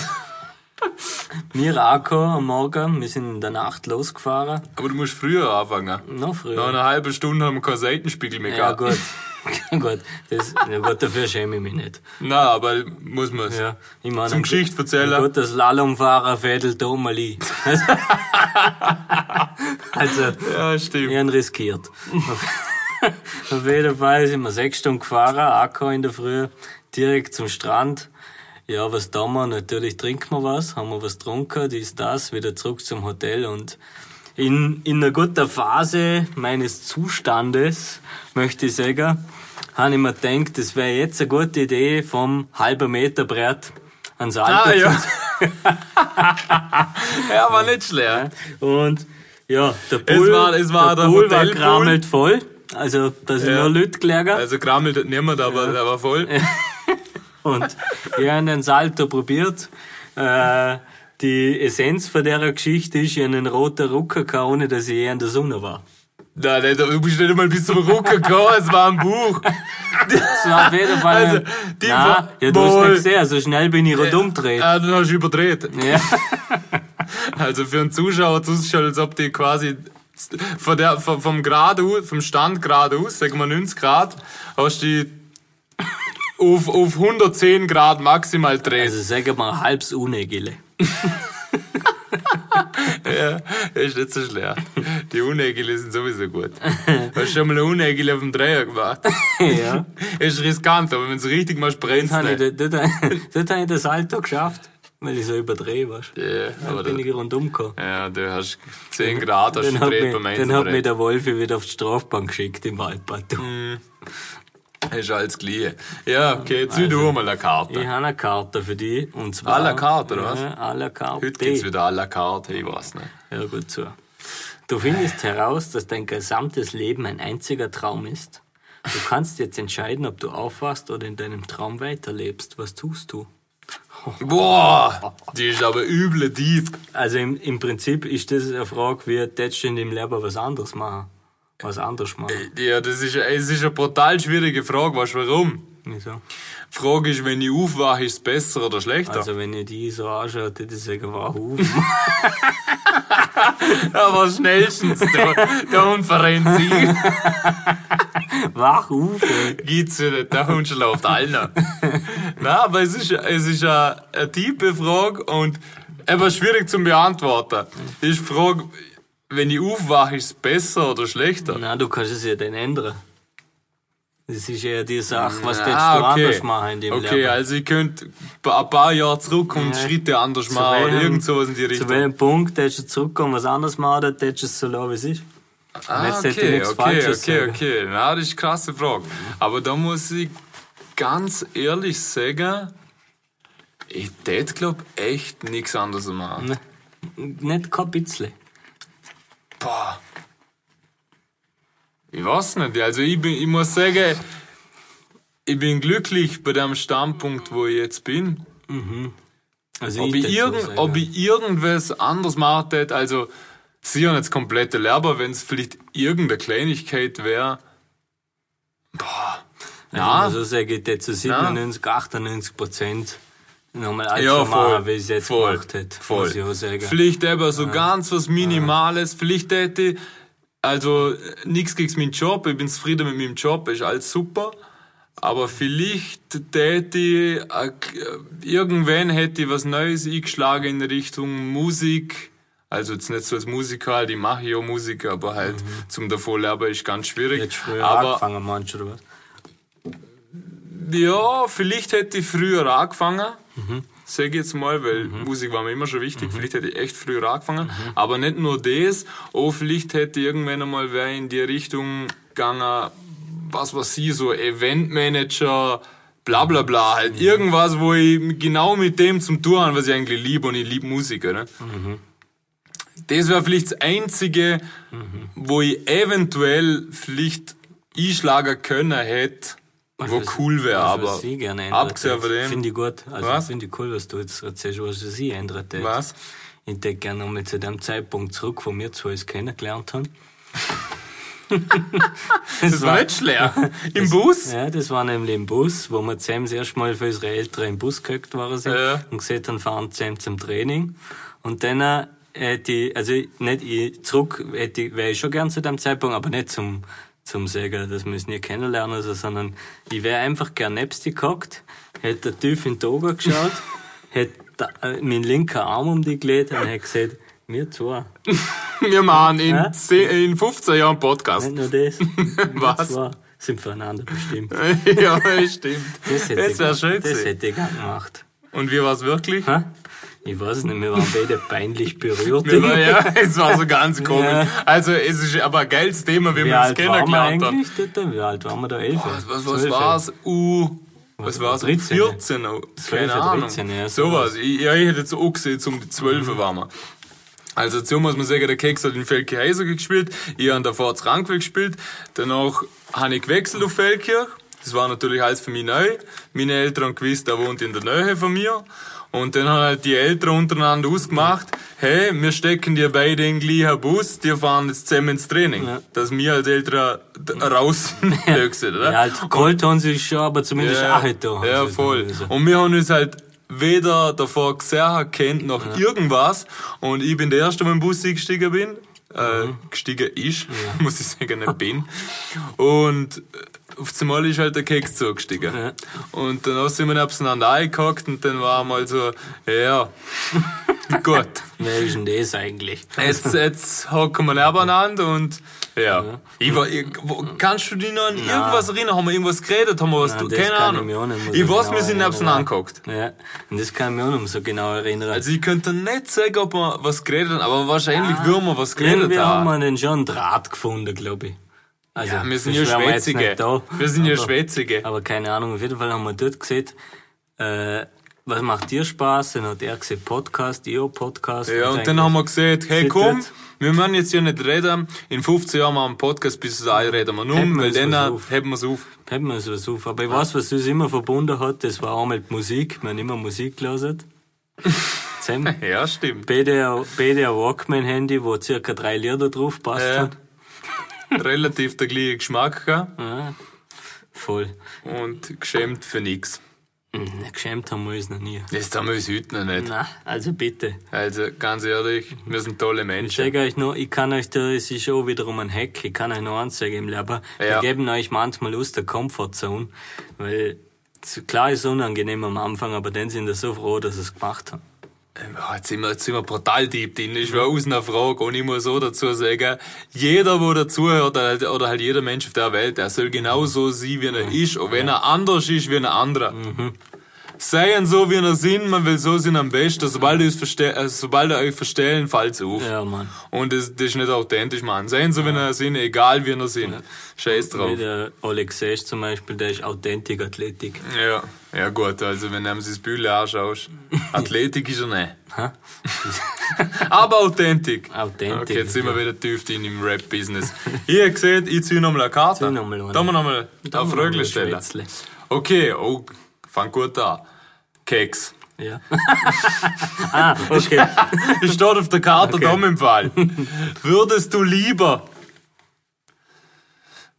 wir angekommen am Morgen, wir sind in der Nacht losgefahren.
Aber du musst früher anfangen. ne?
Noch früher.
Nach einer halben Stunde haben wir keinen Seitenspiegel mehr
ja,
gehabt.
gut. gut, das, ja, gut, dafür schäme ich mich nicht.
Nein, aber muss man es.
Ja, ich meine,
Zum Geschichtsverzähler.
Gut, das Lalumfahrer fädelt Tomali. also,
Ja, stimmt.
wir haben riskiert. Auf jeden Fall sind wir sechs Stunden gefahren, Akku in der Früh, direkt zum Strand. Ja, was tun wir? Natürlich trinken wir was, haben wir was getrunken, dies, das, wieder zurück zum Hotel und in, in einer guten Phase meines Zustandes, möchte ich sagen, habe ich mir gedacht, das wäre jetzt eine gute Idee, vom halben Meter Brett ans Alter
Ah,
zu
ja. ja, war nicht schlecht.
Und ja, der
Es
Pool,
war- es war
der
der
Pool war
Hotelpool.
krammelt voll. Also, da sind
Ja.
nur Leute gelegen.
Also krammelt niemand, aber der war voll.
Und ich habe den Salto probiert. Äh, die Essenz von dieser Geschichte ist, ich habe einen roten Rucker gehabt, ohne dass ich je in der Sonne war.
Nein, nein, du bist nicht einmal bis zum Rucker gekommen, es war ein Buch.
Das war auf jeden Fall.
Also,
ein,
die
Nein,
war-
ja, du hast
Boah.
nicht gesehen, so schnell bin ich rundum gedreht.
Ah, dann hast du überdreht.
Ja.
Also für einen Zuschauer, Zuschauer, als ob die quasi von der, von, vom Grad aus, vom Stand geradeaus, sagen wir 90 Grad, hast du die auf, auf 110 Grad maximal dreht.
Also, sagen wir halbs Unegille.
ist nicht so schlecht. Die Unägele sind sowieso gut. Hast du schon mal eine Unägele auf dem Dreier gemacht?
ja.
Ist riskant, aber wenn es richtig ne? machst, brennt
Das habe ich,
es.
dort, dort, dort habe ich den Salto geschafft, weil ich so überdreht war.
Ja, aber
Bin
da-
ich rundum gekommen.
ja, du hast 10 Grad, hast du
Dann hat, mich,
gedreht beim
dann hat mich
Einzelbrett.
der Wolfi wieder auf die Strafbank geschickt im Waldbad. du.
Ist alles gleich. Ja, okay, jetzt will du mal eine
Ich
Karte.
habe eine Karte für dich. Und zwar,
À la carte, oder was?
Ja, à la carte.
Heute geht's wieder à la carte, ich weiß nicht.
Ja, gut so. Du findest heraus, dass dein gesamtes Leben ein einziger Traum ist. Du kannst jetzt entscheiden, ob du aufwachst oder in deinem Traum weiterlebst. Was tust du?
Boah, die ist aber üble Dieb.
Also im, im Prinzip ist das eine Frage, wie tätst du in dem Leben was anderes machen? Was anderes machen.
Ja, das ist, es ist eine brutal schwierige Frage, weißt du warum?
Wieso?
Die Frage ist, wenn ich aufwache, ist es besser oder schlechter?
Also wenn ich die so anschaue, die das sagen, wow,
aber schnellstens, der, der Hund verrennt sich.
wach auf.
Geht's ja nicht, der Hund schläft allen. Nein, aber es ist, es ist eine, eine tiefe Frage und etwas schwierig zu beantworten. Ist die Frage, wenn ich aufwache, ist es besser oder schlechter?
Na, du kannst es ja dann ändern. Das ist ja die Sache, was tätst
Ah,
du
okay.
anders machen in dem
Okay,
Leben?
also ich könnte ein paar Jahre zurück und
Ja.
Schritte anders machen oder irgend sowas in die Richtung.
Zu welchem Punkt tätst du zurückkommen, was anderes machen oder tätst du es so lassen, wie es ist?
Ah,
Jetzt hätte ich
okay,
nichts
okay,
Falsches
okay,
sagen.
okay. Na, das ist eine krasse Frage. Aber da muss ich ganz ehrlich sagen, ich tät glaub echt nichts anderes machen.
Ne? Nicht kein bisschen.
Boah. Ich weiß nicht. Also ich, bin, ich muss sagen, ich bin glücklich bei dem Standpunkt, wo ich jetzt bin.
Also
Ob ich,
tät's so
irgend,
sagen.
ob ich irgendwas anderes gemacht hätte, also sie haben jetzt komplette Lehrer, wenn es vielleicht irgendeine Kleinigkeit wäre. Boah.
ja.
Ah. Na,
Also sage ich dir zu 97, 98 Prozent nochmal alles
ja,
so
voll.
machen, wie ich es jetzt
voll,
gemacht hätte.
Voll.
Muss ich auch sagen.
Vielleicht eben so ganz was Minimales. Vielleicht hätte ich, also nichts gegen meinen Job, ich bin zufrieden mit meinem Job, ist alles super. Aber vielleicht täte ich, äh, irgendwann hätte ich was Neues eingeschlagen in Richtung Musik. Also jetzt nicht so als Musiker, halt, ich mache ja Musik, aber halt zum davor lernen ist ganz schwierig.
Mhm. Jetzt früher
aber
angefangen, manch oder was?
ja, vielleicht hätte ich früher angefangen. Sag ich jetzt mal, weil
Mhm.
Musik war mir immer schon wichtig. Vielleicht hätte ich echt früher angefangen. Aber nicht nur das. Auch vielleicht hätte ich irgendwann einmal wer in die Richtung gegangen, was weiß ich, so Eventmanager, bla bla bla. Halt
Mhm.
irgendwas, wo ich genau mit dem zum Tun habe, was ich eigentlich liebe. Und ich liebe Musik. Oder?
Mhm.
Das wäre vielleicht das Einzige,
Mhm.
wo ich eventuell vielleicht einschlagen können hätte, wo
Was-
cool wäre.
was
Aber
ich Also gerne ändert
abgesehen
hätte.
von dem.
Finde ich gut. Also
Was?
finde ich cool, was du jetzt erzählst, was ich sie ändert hätte.
Was?
Ich hätte gerne nochmal zu dem Zeitpunkt zurück, wo wir zwei es kennengelernt haben.
Das war nicht schlecht. Im Bus?
Ja, das war nämlich im Bus, wo wir zusammen das erste Mal für unsere Eltern im Bus gehockt waren sind
Ja.
und gesehen haben, fahren zusammen zum Training. Und dann äh, hätte ich, also nicht ich, zurück hätte ich, wäre ich schon gern zu dem Zeitpunkt, aber nicht zum, zum Säger, dass wir es nie kennenlernen, also, sondern ich wäre einfach gern nebst dich gehockt, hätte tief in die Augen geschaut, hätte da- äh, meinen linken Arm um dich gelegt und hätte gesagt, wir zwei.
Wir machen in,
Ja?
zehn- in 15 Jahren Podcast.
Nicht nur das, wir
Was?
zwei sind füreinander bestimmt.
ja, stimmt.
Das, hätte ich
Das
gern-
wäre schön
Das
gewesen.
hätte ich gern gemacht.
Und wie war es wirklich?
Hä? Ich weiß nicht, wir waren beide peinlich berührt.
Wir war, ja, es war so ganz komisch. Also, es ist aber ein geiles Thema, wie
Wie
wir uns
alt waren wir
kennengelernt haben.
eigentlich? dort? Wie alt waren wir da? Elf?
Was, was, was
Zwölf?
war's? U. Was war's?
13.
14. oh, Keine
12,
Ahnung.
13, ja, Mhm.
sowas. Ich, ja, ich hätte jetzt auch gesehen, um die 12 waren wir. Also, dazu muss man sagen, der Keks hat in Felke Heisel gespielt, ich habe davor zu Rankwil gespielt, danach habe ich gewechselt auf Feldkirch. Das war natürlich alles für mich neu. Meine Eltern haben gewusst, der wohnt in der Nähe von mir. Und dann haben halt die Eltern untereinander ausgemacht, hey, wir stecken dir beide in den gleichen Bus, die fahren jetzt zusammen ins Training.
Ja.
Dass wir als Eltern d- raus sind, oder?
Ja, halt, geholt haben sie schon, aber zumindest auch nicht da. Also, haben
Ja,
sie es
voll.
noch gewesen.
Und wir haben uns halt weder davor gesehen, kennt noch irgendwas. Und ich bin der Erste, der im Bus eingestiegen bin. Äh,
Mhm.
Gestiegen ist, muss ich sagen, nicht bin. Und äh, auf einmal ist halt der Keks zugestiegen.
Ja.
Und dann sind wir nebeneinander eingehackt und dann war mal so, ja, gut.
Wer ist denn das eigentlich?
Jetzt, jetzt hocken wir nebeneinander und ja. Ich war, ich, wo, kannst du dich noch an irgendwas erinnern? Haben wir irgendwas geredet? Haben wir was?
Nein,
du,
das
keine
kann ich
Ahnung.
mich auch nicht mehr so
Ich, weiß,
genau
wir sind
erinnern,
nebst
ja.
angeguckt.
Ja, und das kann ich mich auch nicht mehr so genau erinnern.
Also ich könnte nicht sagen, ob wir was geredet haben, aber wahrscheinlich würden wir was geredet
Irgendwie haben
haben.
wir dann schon einen Draht gefunden, glaube ich. Also,
Ja, wir sind
sonst
ja
wären wir jetzt
Schwätzige.
nicht da.
Wir sind ja
Aber-
Schwätzige.
Aber keine Ahnung, auf jeden Fall haben wir dort gesehen, äh, was macht dir Spaß? Dann hat er gesehen Podcast, ihr Podcast.
Ja, und dann haben wir gesagt, hey
Sieht
komm,
jetzt-
wir müssen jetzt hier nicht reden. In 15 Jahren machen wir einen Podcast, bis es alle reden wir
Heben
um,
wir
weil
uns
dann
was auf.
heben wir es auf.
Hätten wir es was auf. Aber ich weiß, was uns immer verbunden hat, das war einmal die Musik. Wir haben immer Musik gelesen. Zusammen.
Ja, stimmt.
Beide, beide ein Walkman-Handy, wo circa drei Lieder drauf passt
Äh,
hat.
relativ der gleiche Geschmack gehabt
Voll.
und geschämt für nichts.
Hm, Geschämt haben wir uns noch nie.
Das haben wir uns heute noch nicht.
Na, also bitte.
Also ganz ehrlich, wir sind tolle
Ich
Menschen.
sage euch nur, ich kann euch da, es ist schon wiederum ein Hack, ich kann euch nur eins sagen im Leben, wir
Ja.
geben euch manchmal aus der Comfortzone, weil z- klar ist es unangenehm am Anfang, aber dann sind wir so froh, dass sie es gemacht haben.
Ja, Äh, jetzt, sind wir, jetzt sind wir brutal deep drin. Ich war aus einer Frage und ich muss auch dazu sagen, jeder, der dazuhört, oder halt- oder halt jeder Mensch auf der Welt, der soll genauso sein, wie er ist, auch wenn er anders ist wie ein anderer. Seien so, wie er sind, man will so sein am besten. Sobald ihr, euch verste äh, sobald ihr euch verstellen, fällt auf.
Ja, Mann.
Und das, das ist nicht authentisch, Mann. Seien so, wie er sind, egal wie er sind. Scheiß
Wie
drauf.
der Alexej zum Beispiel, der ist authentik Athletik.
Ja, ja gut, also wenn du ihm sein Bühle anschaust, Athletik ist er nicht.
Ha?
Aber authentisch.
Authentisch,
Okay, jetzt sind wir
ja.
wieder tief drin im Rap-Business. Ihr seht, ich zieh nochmal eine Karte.
Zieh noch mal eine.
Da wir nochmal eine
wir noch mal
Frage
ein
stellen.
Hm, Schwätzle.
Okay, oh, fang gut an. Keks.
Ja. ah, okay.
Ich steht auf der Karte
Okay.
da im Fall. Würdest du lieber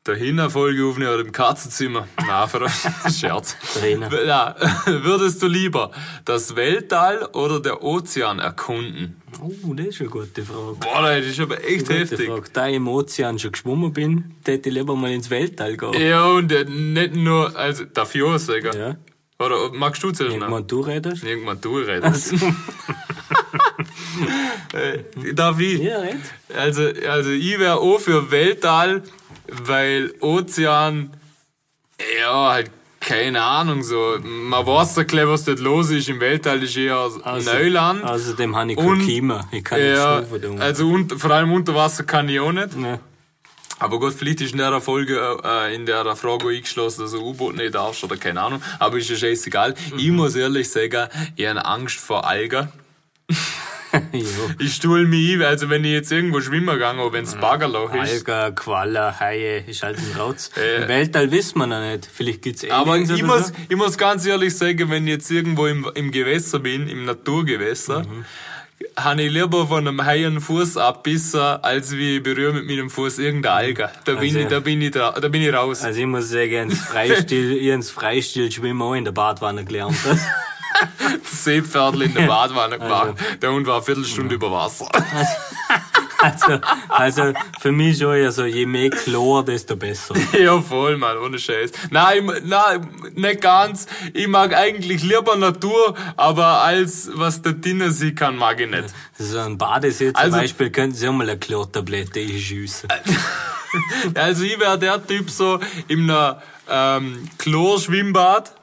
der Hinterfolge aufnehmen oder im Katzenzimmer? Nein, für Scherz.
Trainer.
Ja, würdest du lieber das Weltall oder der Ozean erkunden?
Oh, das ist eine gute Frage.
Boah, das ist aber echt
Gute
heftig.
Frage. Da ich im Ozean schon geschwommen bin, hätte ich lieber mal ins Weltall gehen.
Ja, und äh, nicht nur, also, darf ich auch sagen?
Ja.
Oder magst du zuerst noch?
Wenn du redest.
Irgendwann du redest. äh, darf ich?
Ja, red.
Also, also ich wäre auch für Weltall, weil Ozean, ja, halt, keine Ahnung, so, man weiß so klar, was dort los ist. Im Weltall ist eher Neuland.
Außerdem Also- habe ich
Und-
kein Klima. Ich kann nicht
ja,
schnaufen. du.
also und, vor allem unter Wasser kann ich auch nicht.
Ja.
Aber gut, vielleicht ist in der Folge, äh, in der Frage eingeschlossen, dass ein U-Boot nicht darfst oder keine Ahnung. Aber ist ja scheißegal.
Mhm.
Ich muss ehrlich sagen, ich habe Angst vor Algen.
Jo.
Ich stuhl mich ein, also wenn ich jetzt irgendwo schwimmen gegangen oder wenn es Baggerloch ist.
Mhm. Alga, Qualler, Haie, ist halt ein Rautz.
Äh.
Im Weltall wissen wir noch nicht. Vielleicht gibt's es
Aber ich muss, ich muss ganz ehrlich sagen, wenn ich jetzt irgendwo im, im Gewässer bin, im Naturgewässer,
Mhm.
habe ich lieber von einem Hai einen Fuß abbissen, als wie ich berühre mit meinem Fuß irgendeine Alge. Da bin
Also-
ich, da bin ich, da, da bin ich raus.
Also ich muss sagen, ins Freistil, ich ins Freistil schwimmen auch in der Badwanne gelernt.
Seepferdl in der Badwanne gemacht. Der Hund war eine Viertelstunde über Wasser.
Also, also für mich schon, also je mehr Chlor, desto besser.
ja, voll, Mann, ohne Scheiß. Nein, ich, nein, nicht ganz. Ich mag eigentlich lieber Natur, aber als was der Dinner sie kann, mag ich nicht.
So ein Badesee zum
Also-
Beispiel könnten Sie auch mal eine Chlortablette einschiessen.
Also ich wäre der Typ so in einem ähm, Chlorschwimmbad.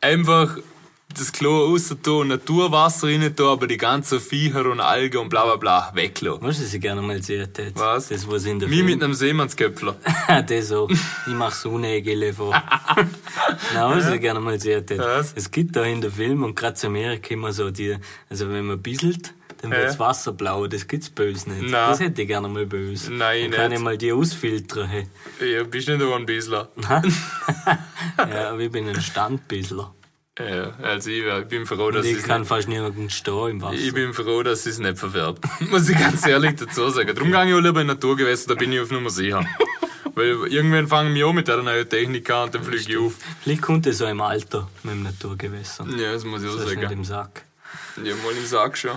Einfach das Chlor raus tun, Naturwasser rein tun, aber die ganzen Viecher und Algen und bla bla bla weglassen.
Weißt du, was ich gerne mal sehen hätte?
Was?
Das, was in der
Wie mit einem Seemannsköpfler.
Ah, das so. Ich mach's ohne Egelevo. Na, was ich gerne mal sehen hätte.
Was?
Es gibt da in der Film und gerade zu Amerika immer so die, also wenn man bisselt, dann
Ja.
wird's Wasser blau, das gibt's böse nicht.
Na.
Das hätte ich gerne mal böse. Dann
Nein,
kann
nicht.
ich mal die ausfiltern. Hey.
Ja, bist nicht ein Bissler.
ja, aber ich bin ein Standbissler.
Ja, also ich, wär, ich bin froh, dass
Ich
es
kann fast nirgends stehen im Wasser.
ich bin froh, dass es nicht verfärbt. Muss ich ganz ehrlich dazu sagen. Darum gehe ich auch lieber in Naturgewässer, da bin ich auf Nummer sicher. Weil irgendwann fangen wir auch mit der neuen Technik an und dann fliege ich auf.
Vielleicht kommt das so im Alter mit dem Naturgewässer.
Ja, das muss ich auch
Das ist nicht im
sagen.
Sack.
Ja, mal im Sack schon.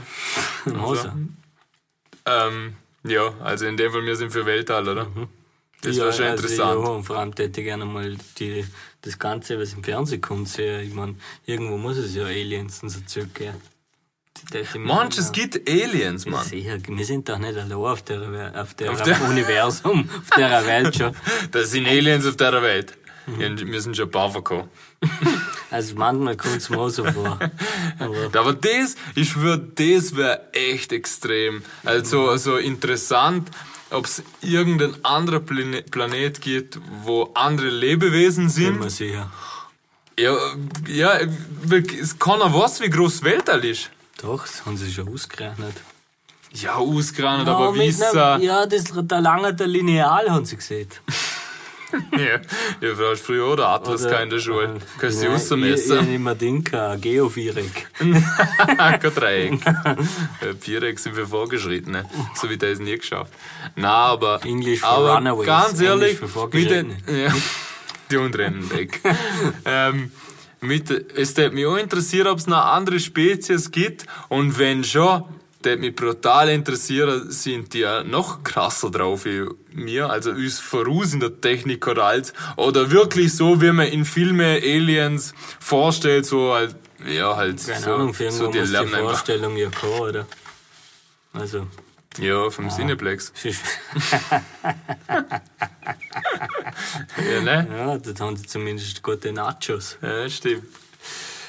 Also.
Im Hose.
Ähm, ja, also in dem Fall, wir sind für Weltall, oder? Das war schon interessant.
Mhm. also Ja, und vor allem hätte ich gerne mal die, das Ganze, was im Fernsehen kommt, sehen. Ich meine, irgendwo muss es ja Aliens und so Zeug geben. Die hätte ich mir
Mensch, es
gerne-
gibt Aliens, Mann.
Sicher, wir sind doch nicht allein auf der, We- auf der,
Auf der-
Universum, auf der Welt schon.
Das sind Aliens auf der Welt. Ja, Wir sind schon ein paar verkauft.
Also manchmal kommt es mir auch so vor. Aber
Aber das, ich schwöre, das wäre echt extrem. Also so interessant, ob es irgendein anderer Plane Planet gibt, wo andere Lebewesen
Bin mir
sind.
sicher.
Ja, ja, wirklich, es kann er was, wie groß Weltall ist.
Doch, das haben sie schon ausgerechnet.
Ja, ausgerechnet,
Ja,
aber
mit
wie äh,
einem-
ja.
ja, das, der lange der Lineal haben sie gesehen.
ja, du brauchst früher oder Atlas
Oder-
kein in der Schule. Kannst du
Nein, Ich, ich
ausmessen.
nehme Dinka, Geoviereck.
Kein Dreieck. Äh, Viereck sind wir Vorgeschrittene. So wie der es nie geschafft. Na, aber.
English for
aber
Runaways.
Ganz
English
ehrlich,
für
mit
Vorgeschrittene.
den, ja, die Unrennen weg. ähm, mit, es würde mich auch interessieren, ob es noch andere Spezies gibt. Und wenn schon, würde mich brutal interessieren, sind die ja noch krasser drauf wie mir, also uns voraus in der Technik oder als, oder wirklich so, wie man in Filmen Aliens vorstellt, so halt, ja, halt,
Keine
so,
Ahnung, für
so
irgendwo
die
muss die
lernen einfach.
Vorstellung ja kommen, oder? Also,
Ja,
Ah.
vom Cineplex.
es ist-
Ja, ne?
ja, dort haben sie zumindest gute Nachos.
Ja, stimmt.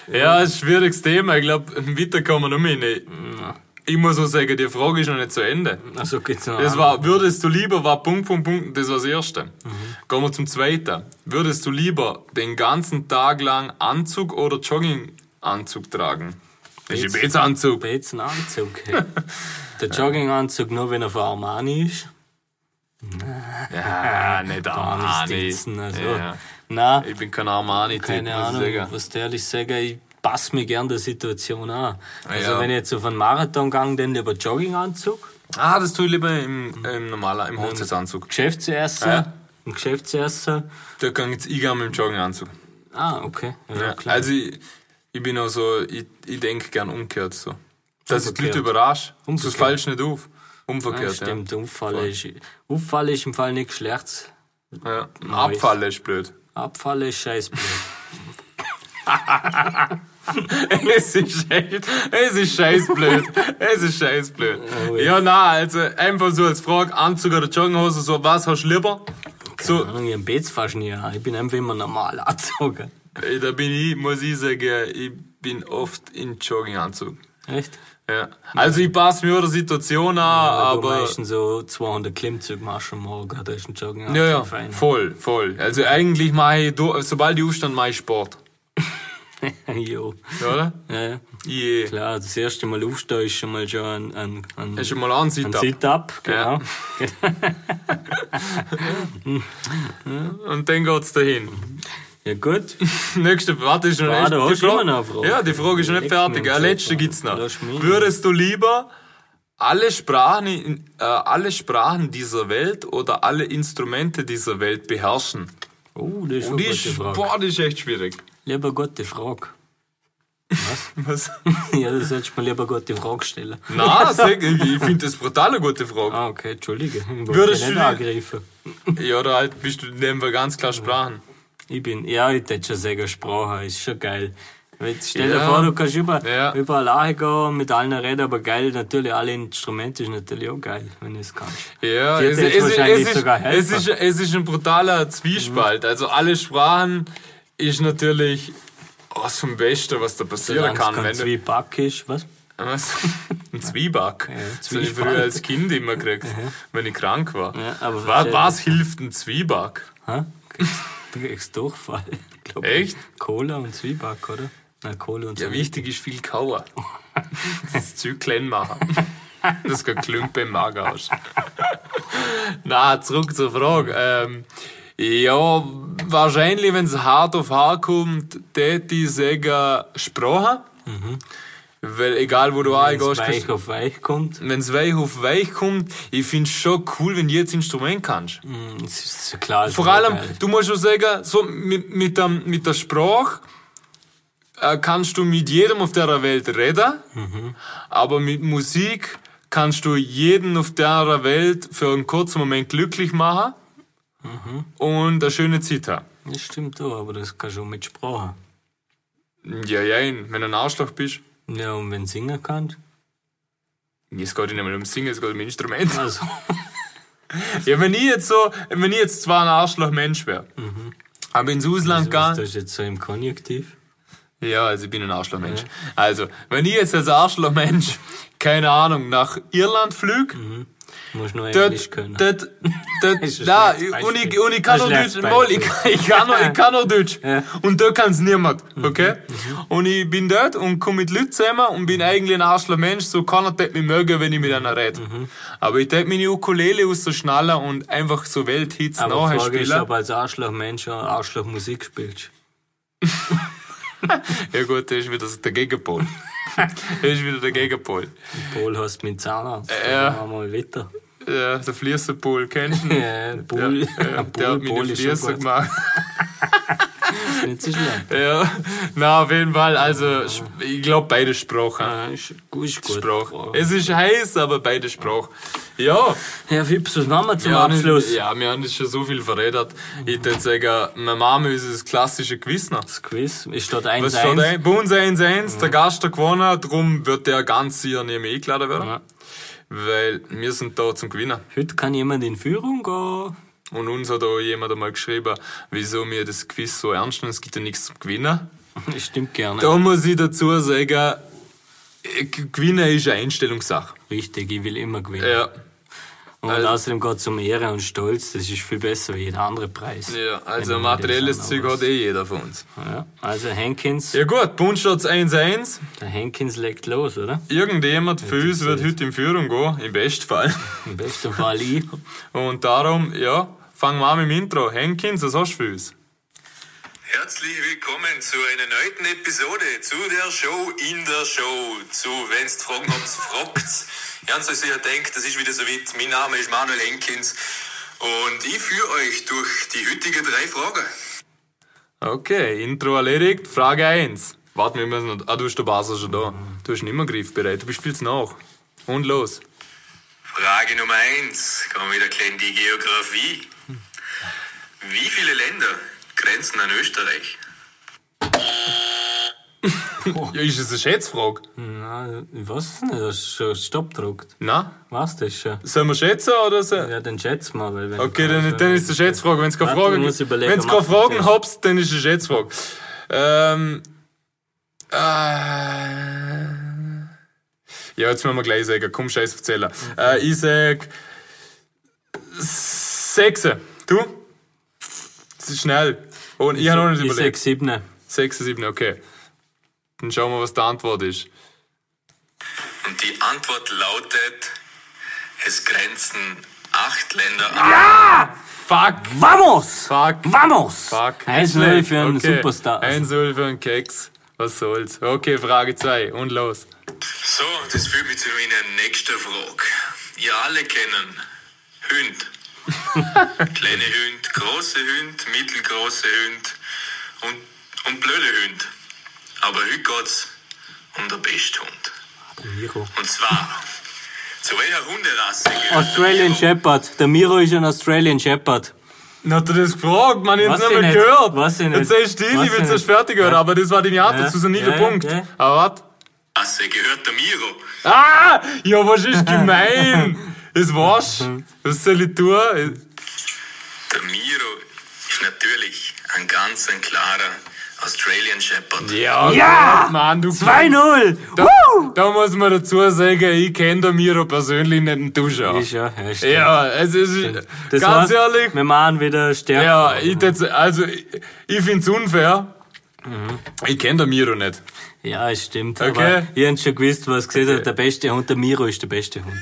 Ja, ist ein schwieriges Thema. Ich glaube, weiter kann man noch nicht. Ich muss auch sagen, die Frage ist noch nicht zu Ende.
Also gibt's noch
Das
einen.
war, würdest du lieber, war Punkt, Punkt, Punkt, das war das Erste.
Mhm.
Kommen wir zum Zweiten. Würdest du lieber den ganzen Tag lang Anzug oder Jogginganzug tragen? Das ist ein
Bez-
Bezanzug.
Jetzt ein Anzug. Hey. Der Jogginganzug nur, wenn er von Armani ist.
Ja, nicht Armani.
Stitzen, also.
Ja.
Nein,
Ich bin kein Armani-Typ,
keine
muss ich
Ahnung,
sagen.
was der ehrlich sagen, ich passe mir gern der Situation an. Also,
ja.
wenn ich jetzt auf einen Marathon gegangen dann lieber Jogginganzug.
Ah, das tue ich lieber im, im normalen, im Hochzeitsanzug.
Geschäft zu essen.
Ja.
Im Geschäft zu essen.
Da kann jetzt ich auch mit dem Jogginganzug.
Ah, okay. Ja,
Ja,
klar.
also ich, ich bin auch so, ich, ich denke gern umgekehrt so. Dass ich die
Umgekehrt.
Leute überrasche.
Umgekehrt.
Sonst fallst du nicht auf. Umverkehrt,
Ja, stimmt, Unfall ist, Unfall ist im Fall nichts Schlechtes.
ja. ja. Ein
Nice.
Abfall ist blöd.
Abfall ist scheiß blöd.
es ist echt, es ist scheiß blöd. es ist scheiß blöd.
Oh,
Ja, na, also einfach so als Frage, Anzug oder Jogginghose, so was hast du lieber? So,
Keine Ahnung, ich hab Beats fast nie. an. Ich bin einfach immer normal angezogen.
äh, da bin ich, muss ich sagen, ich bin oft in Jogginganzug.
Echt?
Ja. Also ich passe mir auch der Situation an,
Aber
aber...
meistens so 200 Klimmzüge machst du am Morgen, da ist ein Joggen.
Ja, ja,
fein.
voll, voll. Also eigentlich mache ich, do- sobald ich aufstand, mache ich Sport.
jo.
Ja, Oder?
Ja, ja.
Je. Yeah.
Klar, das erste Mal aufstehen ist schon mal schon ein, ein, ein,
Hast du mal an,
ein
Sit ab.
Sit-Up. Genau.
Ja. Und dann geht's dahin.
Ja, gut.
Nächste, warte, ist noch
Warte,
echt- die
hast du
Frage-
immer noch eine Frage?
Ja, die Frage ist noch nicht
Leck
fertig.
mich am
Eine letzte
Schopf,
gibt's noch.
lass mich.
Würdest du lieber alle Sprachen, in- äh, alle Sprachen dieser Welt oder alle Instrumente dieser Welt beherrschen?
Oh, das ist
Und
eine
die
gute
ist,
Frage.
boah, die ist echt schwierig.
Lieber gute Frage.
Was?
ja, das solltest du mir lieber gute Frage stellen.
Na, sag, ich ich finde das brutal eine gute Frage.
Ah, okay, Entschuldige. Ich wollte
Würdest
dich
du
nicht
die-
angreifen. Ah.
Ja, oder halt bist du in dem Fall ganz klar Sprachen.
Ich bin, ja, ich würde schon sagen, Sprache ist schon geil. Weil jetzt Stell dir
Ja.
vor, du kannst über,
Ja.
überall angehen, mit allen reden, aber geil, natürlich, alle Instrumente ist natürlich auch geil, wenn du es kannst.
Ja,
Die hätte
es,
jetzt
es,
wahrscheinlich
es, ist,
sogar helfen.
es, ist, es ist ein brutaler Zwiespalt. Also alle Sprachen ist natürlich was vom Besten, was da passieren
Solange es
kann.
kein
Wenn du,
Zwieback ist, was?
was? Ein Zwieback. das habe ich
Zwiespalt.
früher als Kind immer gekriegt, wenn ich krank war.
Ja, aber
was,
versteh-
was hilft ein Zwieback?
Hä? Du kriegst Durchfall. Ich glaub,
Echt?
Cola und Zwieback, oder? Na, Cola und
Ja,
Zwieback.
wichtig ist viel kauer. Das Zeug klein machen. Das geht Klumpen im Magen aus. Na, zurück zur Frage. Ähm, ja, wahrscheinlich, wenn es hart auf hart kommt, tät ich sagen, Sprache. Weil egal, wo du
Mhm. Wenn's
angehst,
weich auf weich kommt,
wenn es weich auf weich kommt, ich finde es schon cool, wenn du jetzt Instrument kannst.
mm, es ist klar. es
Vor
ist auch
allem,
geil.
du musst schon sagen, so mit, mit, der, mit der Sprache äh, kannst du mit jedem auf der Welt reden,
Mhm.
aber mit Musik kannst du jeden auf der Welt für einen kurzen Moment glücklich machen
Mhm.
und eine schöne Zeit haben.
Das stimmt auch, aber das kannst du auch mit Sprache.
Ja, ja, wenn du ein Arschloch bist.
Ja, und wenn du singen kannst,
Es geht nicht mehr um Singen, es geht um Instrument.
also.
Ja, wenn ich jetzt so, wenn ich jetzt zwar ein Arschloch-Mensch wäre, aber ins Ausland
Also, was,
gegangen,
das Mhm. ist jetzt so im Konjunktiv.
Ja, also ich bin ein Arschlochmensch. Also, wenn ich jetzt als Arschlochmensch, keine Ahnung, nach Irland flüge
Musst nur
Dort,
Englisch können.
dort, dort,
Ist ein schlechtes
nein, und
Beispiel.
ich, und ich kann
Ein
noch Deutsch,
schlechtes
mal, ich,
Beispiel.
ich kann noch, ich kann noch Deutsch.
Ja. Mhm.
Und dort kann's niemand, okay? Und ich bin dort und komme mit Leuten zusammen und
Mhm.
bin eigentlich ein arschler Mensch, so keiner tät mich mögen, wenn ich mit einer rede.
Mhm.
Aber ich tät meine Ukulele rausschnallen und einfach so Welthits
Aber die
nachher
Frage ist,
spielen.
ob als Arschloch-Mensch auch Arschloch-Musik spielst.
Ja gut, das ist wieder der Gegenpol. das ist wieder der Gegenpol.
Pol hast mit Zahnarzt.
Ja.
Dann Mal weiter.
Ja, äh, der Fließerpol, kennst du ihn?
Ja, Pol,
Ja, äh,
Pol,
der hat mich
Pol
den
ist schon
Fließer
gut.
gemacht.
Nicht so schlimm.
Ja, na auf jeden Fall. Also, sp- ich glaube, beide Sprachen.
Ja, ist gut. Ist gut.
Sprache. Es ist heiß, aber beide Sprachen. Ja,
Herr Fips, was machen wir zum
wir haben-
Abschluss?
Ja, wir haben jetzt schon so viel verredet. Ich würde sagen, mein Name ist das klassische Quizner.
Das Quiz. Es steht
Was steht
1-1.
ein? Bei uns 1-1, der Gast hat gewonnen, darum wird der ganz sicher nicht mehr eingeladen werden.
Ja.
Weil wir sind da zum Gewinnen.
Heute kann jemand in Führung gehen.
Und uns hat auch jemand einmal geschrieben, wieso wir das Quiz so ernst nehmen, es gibt ja nichts zum Gewinnen.
Das stimmt gerne.
Da muss ich dazu sagen, äh, G- Gewinnen ist eine Einstellungssache.
Richtig, ich will immer gewinnen.
Ja,
Und
Also-
außerdem geht es um Ehre und Stolz. Das ist viel besser wie jeder andere Preis.
ja
Wenn
also
man
materielles
das
Zeug
anders-
hat eh jeder von uns.
Ja, also Hankins,
Ja gut, Bundschatz 1-1.
der Hankins legt los, oder?
Irgendjemand für uns wird
sehe
heute in Führung gehen, im Bestfall.
Im besten Fall ich.
Und darum, ja, fangen wir an mit dem Intro. Henkins, was hast du für uns?
Herzlich willkommen zu einer neuen Episode, zu der Show in der Show. Zu, wenn's die Fragen habt, fragt's. Ganz euch sicher denkt, das ist wieder so weit. Mein Name ist Manuel Henkins und ich führe euch durch die heutige drei Fragen.
Okay, Intro erledigt, Frage 1. Warte, wir müssen noch... Ah, du hast den Basel schon da. Du hast nicht mehr griffbereit, du bist viel zu nach. Und los.
Frage Nummer eins, kommen wir wieder klein in die Geografie. Wie viele Länder grenzen an Österreich?
Ja, ist es eine Schätzfrage?
Na, ich weiß es nicht, hast du schon Stopp gedruckt.
Na?
Was das schon?
Sollen wir schätzen oder so?
Ja, dann schätz mal. Weil wenn
Okay, dann, dann ist es eine Schätzfrage. Wenn es keine
Warte,
Fragen
ich muss
gibt,
überlegen,
wenn's keine
macht das
Fragen
Sinn?
habt, dann ist es eine Schätzfrage. Ähm, äh, ja, jetzt müssen wir gleich sagen. Komm, scheiß auf Zähler. Äh, ich sag sechs. Du? Das ist schnell. Und ich habe noch nicht
Ich sag
überlegt.
siebne.
Sechs, sieben, okay. Dann schauen wir, was die Antwort ist.
Und die Antwort lautet, es grenzen acht Länder an.
Fuck,
Vamos!
fuck.
Vamos!
Fuck.
Eins null für einen Superstar.
1-0 für einen Keks. Was soll's. Okay, Frage 2 und los.
So, das führt mich zu meiner nächsten Frage. Ihr alle kennen Hünd. Kleine Hünd, große Hünd, mittelgroße Hünd und, und blöde Hünd. Aber heute geht's um den besten Hund.
Miro.
Und zwar, zu welcher Hunderasse gehört
Australian Shepherd. Der Miro ist ein Australian Shepherd.
Na, hat er das gefragt, man, jetzt
Weiß
nicht
ich
mehr
nicht.
gehört.
Weiß ich nicht.
Jetzt sei still,
Weiß
ich will
ich
zuerst
nicht.
fertig hören,
Ja.
aber das war die Antwort,
Ja,
das ist nicht der
ja, ja,
Punkt.
ja.
Aber warte.
Rasse gehört der Miro.
Ah! Ja, was ist gemein? Das war's. Was soll ich tun?
Der Miro ist natürlich ein ganz ein klarer Australian Shepherd.
Ja,
Ja!
Gott, Mann, du
2-0!
Da,
Woo!
da muss man dazu sagen, ich kenne den Miro persönlich nicht den Duscher.
Ist ja, ja, stimmt.
Ja, es ist
Das
ganz
heißt,
ehrlich.
Wir machen wieder Stärke.
Ja, ich, das, also, ich, ich find's unfair. Mhm. Ich kenn den Miro nicht.
Ja, es stimmt.
Okay.
Aber ihr habt schon gewusst, was gesagt hat. Der beste Hund, der Miro ist der beste Hund.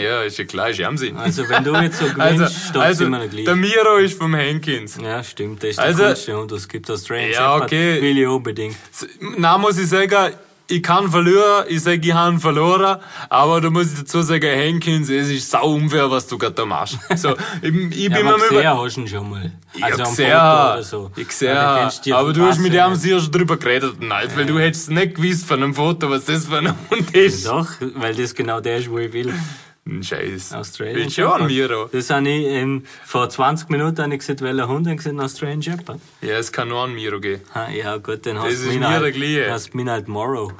ja, ist ja klar, ist Jamsi.
Also, wenn du jetzt so gewinnst,
Also,
steht's
also
immer noch gleich.
der Miro ist vom Henkins.
Ja, stimmt. Der ist der
Also-
coolste Hund, was es gibt. Australian
Ja,
Shepherd
okay.
will ich unbedingt.
Na, muss ich sagen, ich kann verlieren, ich sag, ich habe verloren, aber da muss ich dazu sagen, Henkins, es ist sau unfair, was du gerade da machst. So, ich, ich
Ja,
bin
aber
mir über.
gesehen hast du ihn schon mal.
Ich
Also am
hab
Foto oder so.
gesehen, ich gesehen,
Aber den kennst du ja
aber
vom
du hast mit
Passen
dem sicher schon drüber geredet, Nein, weil du hättest nicht gewusst von einem Foto, was das für ein Hund ist.
Doch, weil das genau der ist, wo ich will.
Scheiß.
Australian
Bin schon ein Miro.
Das habe ich ähm, vor 20 Minuten habe ich gesagt, welcher Hund hat gesagt, Australian Shepherd.
Ja, es kann nur an Miro gehen.
Ha, ja gut, dann hast
ist
du mich
mir der
halt,
gleiche.
dann hast du mich halt Morrow.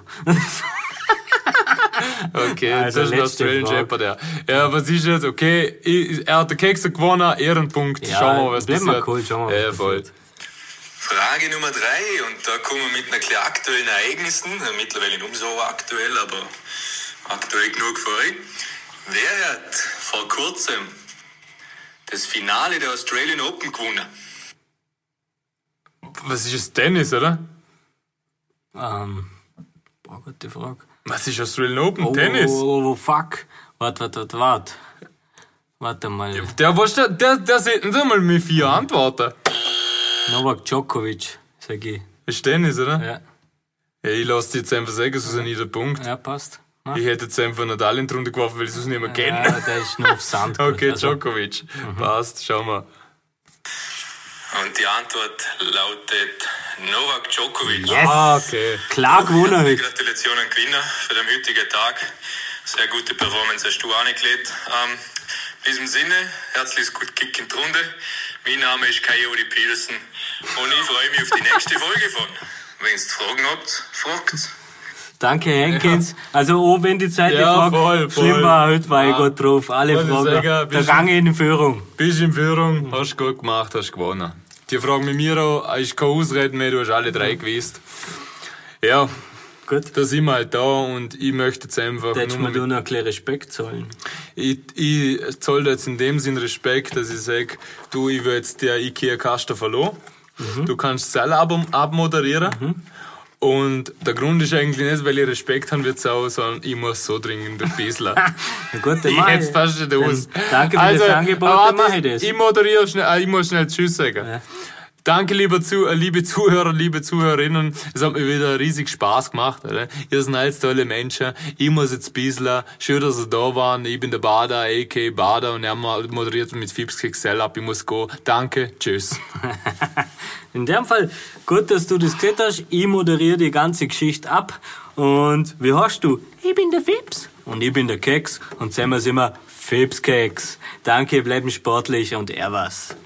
Okay,
Also,
das ist der
letzte
Australian
Frage.
Shepherd, ja. Ja, was ist jetzt? Okay, ich, er hat den Keks gewonnen, Ehrenpunkt.
Ja,
schauen wir, was
bleib
passiert.
mal cool, schauen wir, was
ja, voll.
passiert.
Frage Nummer drei, und da kommen wir mit einer kleinen aktuellen äh, Ereignissen, mittlerweile nicht umso aktuell, aber aktuell genug für euch. Wer hat vor kurzem das Finale der Australian Open gewonnen?
Was ist das? Tennis, oder?
Ähm, boah, gute Frage.
Was ist Australian Open?
Oh,
Tennis?
Oh, oh, oh, fuck. Warte, warte, warte, warte. Warte mal.
Der, was, der, der, der sollten sie mal mit vier antworten.
Novak Djokovic, sag ich.
Ist Tennis, oder?
Ja,
Ja, ich lasse dich jetzt einfach sagen, sonst ist nicht der Punkt.
ja passt. Mach.
Ich hätte jetzt einfach Nadal in die Runde geworfen, weil ich es nicht mehr kenne.
Ja, der ist nur auf Sand.
Okay,
Also,
Djokovic. Passt, schauen wir.
Und die Antwort lautet Novak Djokovic.
Ah, okay.
also- Klar gewonnen heute.
Gratulation Gewinner für den heutigen Tag. Sehr gute Performance hast du angelegt. Ähm, in diesem Sinne, herzliches Gut Kick in die Runde. Mein Name ist Coyote Peterson und ich freue mich auf die nächste Folge von. Wenn ihr Fragen habt, fragt.
Danke, Henkins. Also, oh, wenn die Zeit
Ja,
fragt,
voll, voll.
schlimm war heute, war ich
Ja.
gut drauf. Alle
Wollte ich
Fragen.
sagen,
Der
bist-
Gang in Führung.
Bist in Führung, hast gut gemacht, hast gewonnen. Die Frage mit mir auch, ah, ist keine Ausrede mehr, du hast alle drei gewusst. Ja,
Gut.
da sind wir halt da und ich möchte jetzt einfach
Da hättest du
nur
mir
mit
nur noch ein bisschen Respekt zollen.
ich, ich zoll dir jetzt in dem Sinn Respekt, dass ich sag, du, ich will jetzt der IKEA-Kasten verloren. Du kannst es selber ab abmoderieren. Und der Grund ist eigentlich nicht, weil ich Respekt haben wird auch, sondern ich muss so dringend ein bisschen.
Na gut, dann
ich
mach
hätt's fast nicht aus.
danke für das Angebot,
Also,
dann
aber
mach ich das.
Ich moderiere schnell, ah, ich muss schnell Tschüss sagen.
Ja.
Danke, liebe, Zu äh, liebe Zuhörer, liebe Zuhörerinnen. Es hat mir wieder riesig Spaß gemacht. Oder? Ihr seid alles tolle Menschen. Ich muss jetzt ein bisschen. Schön, dass ihr da waren. Ich bin der Bader, a.k. Bader. Und er moderiert mit Fips Excel ab. Ich muss gehen. Danke, tschüss.
In dem Fall, gut, dass du das gesagt hast. Ich moderiere die ganze Geschichte ab. Und wie hast du? Ich bin der Fips. Und ich bin der Keks. Und zusammen sind wir Fips Keks. Danke, bleiben sportlich und er was.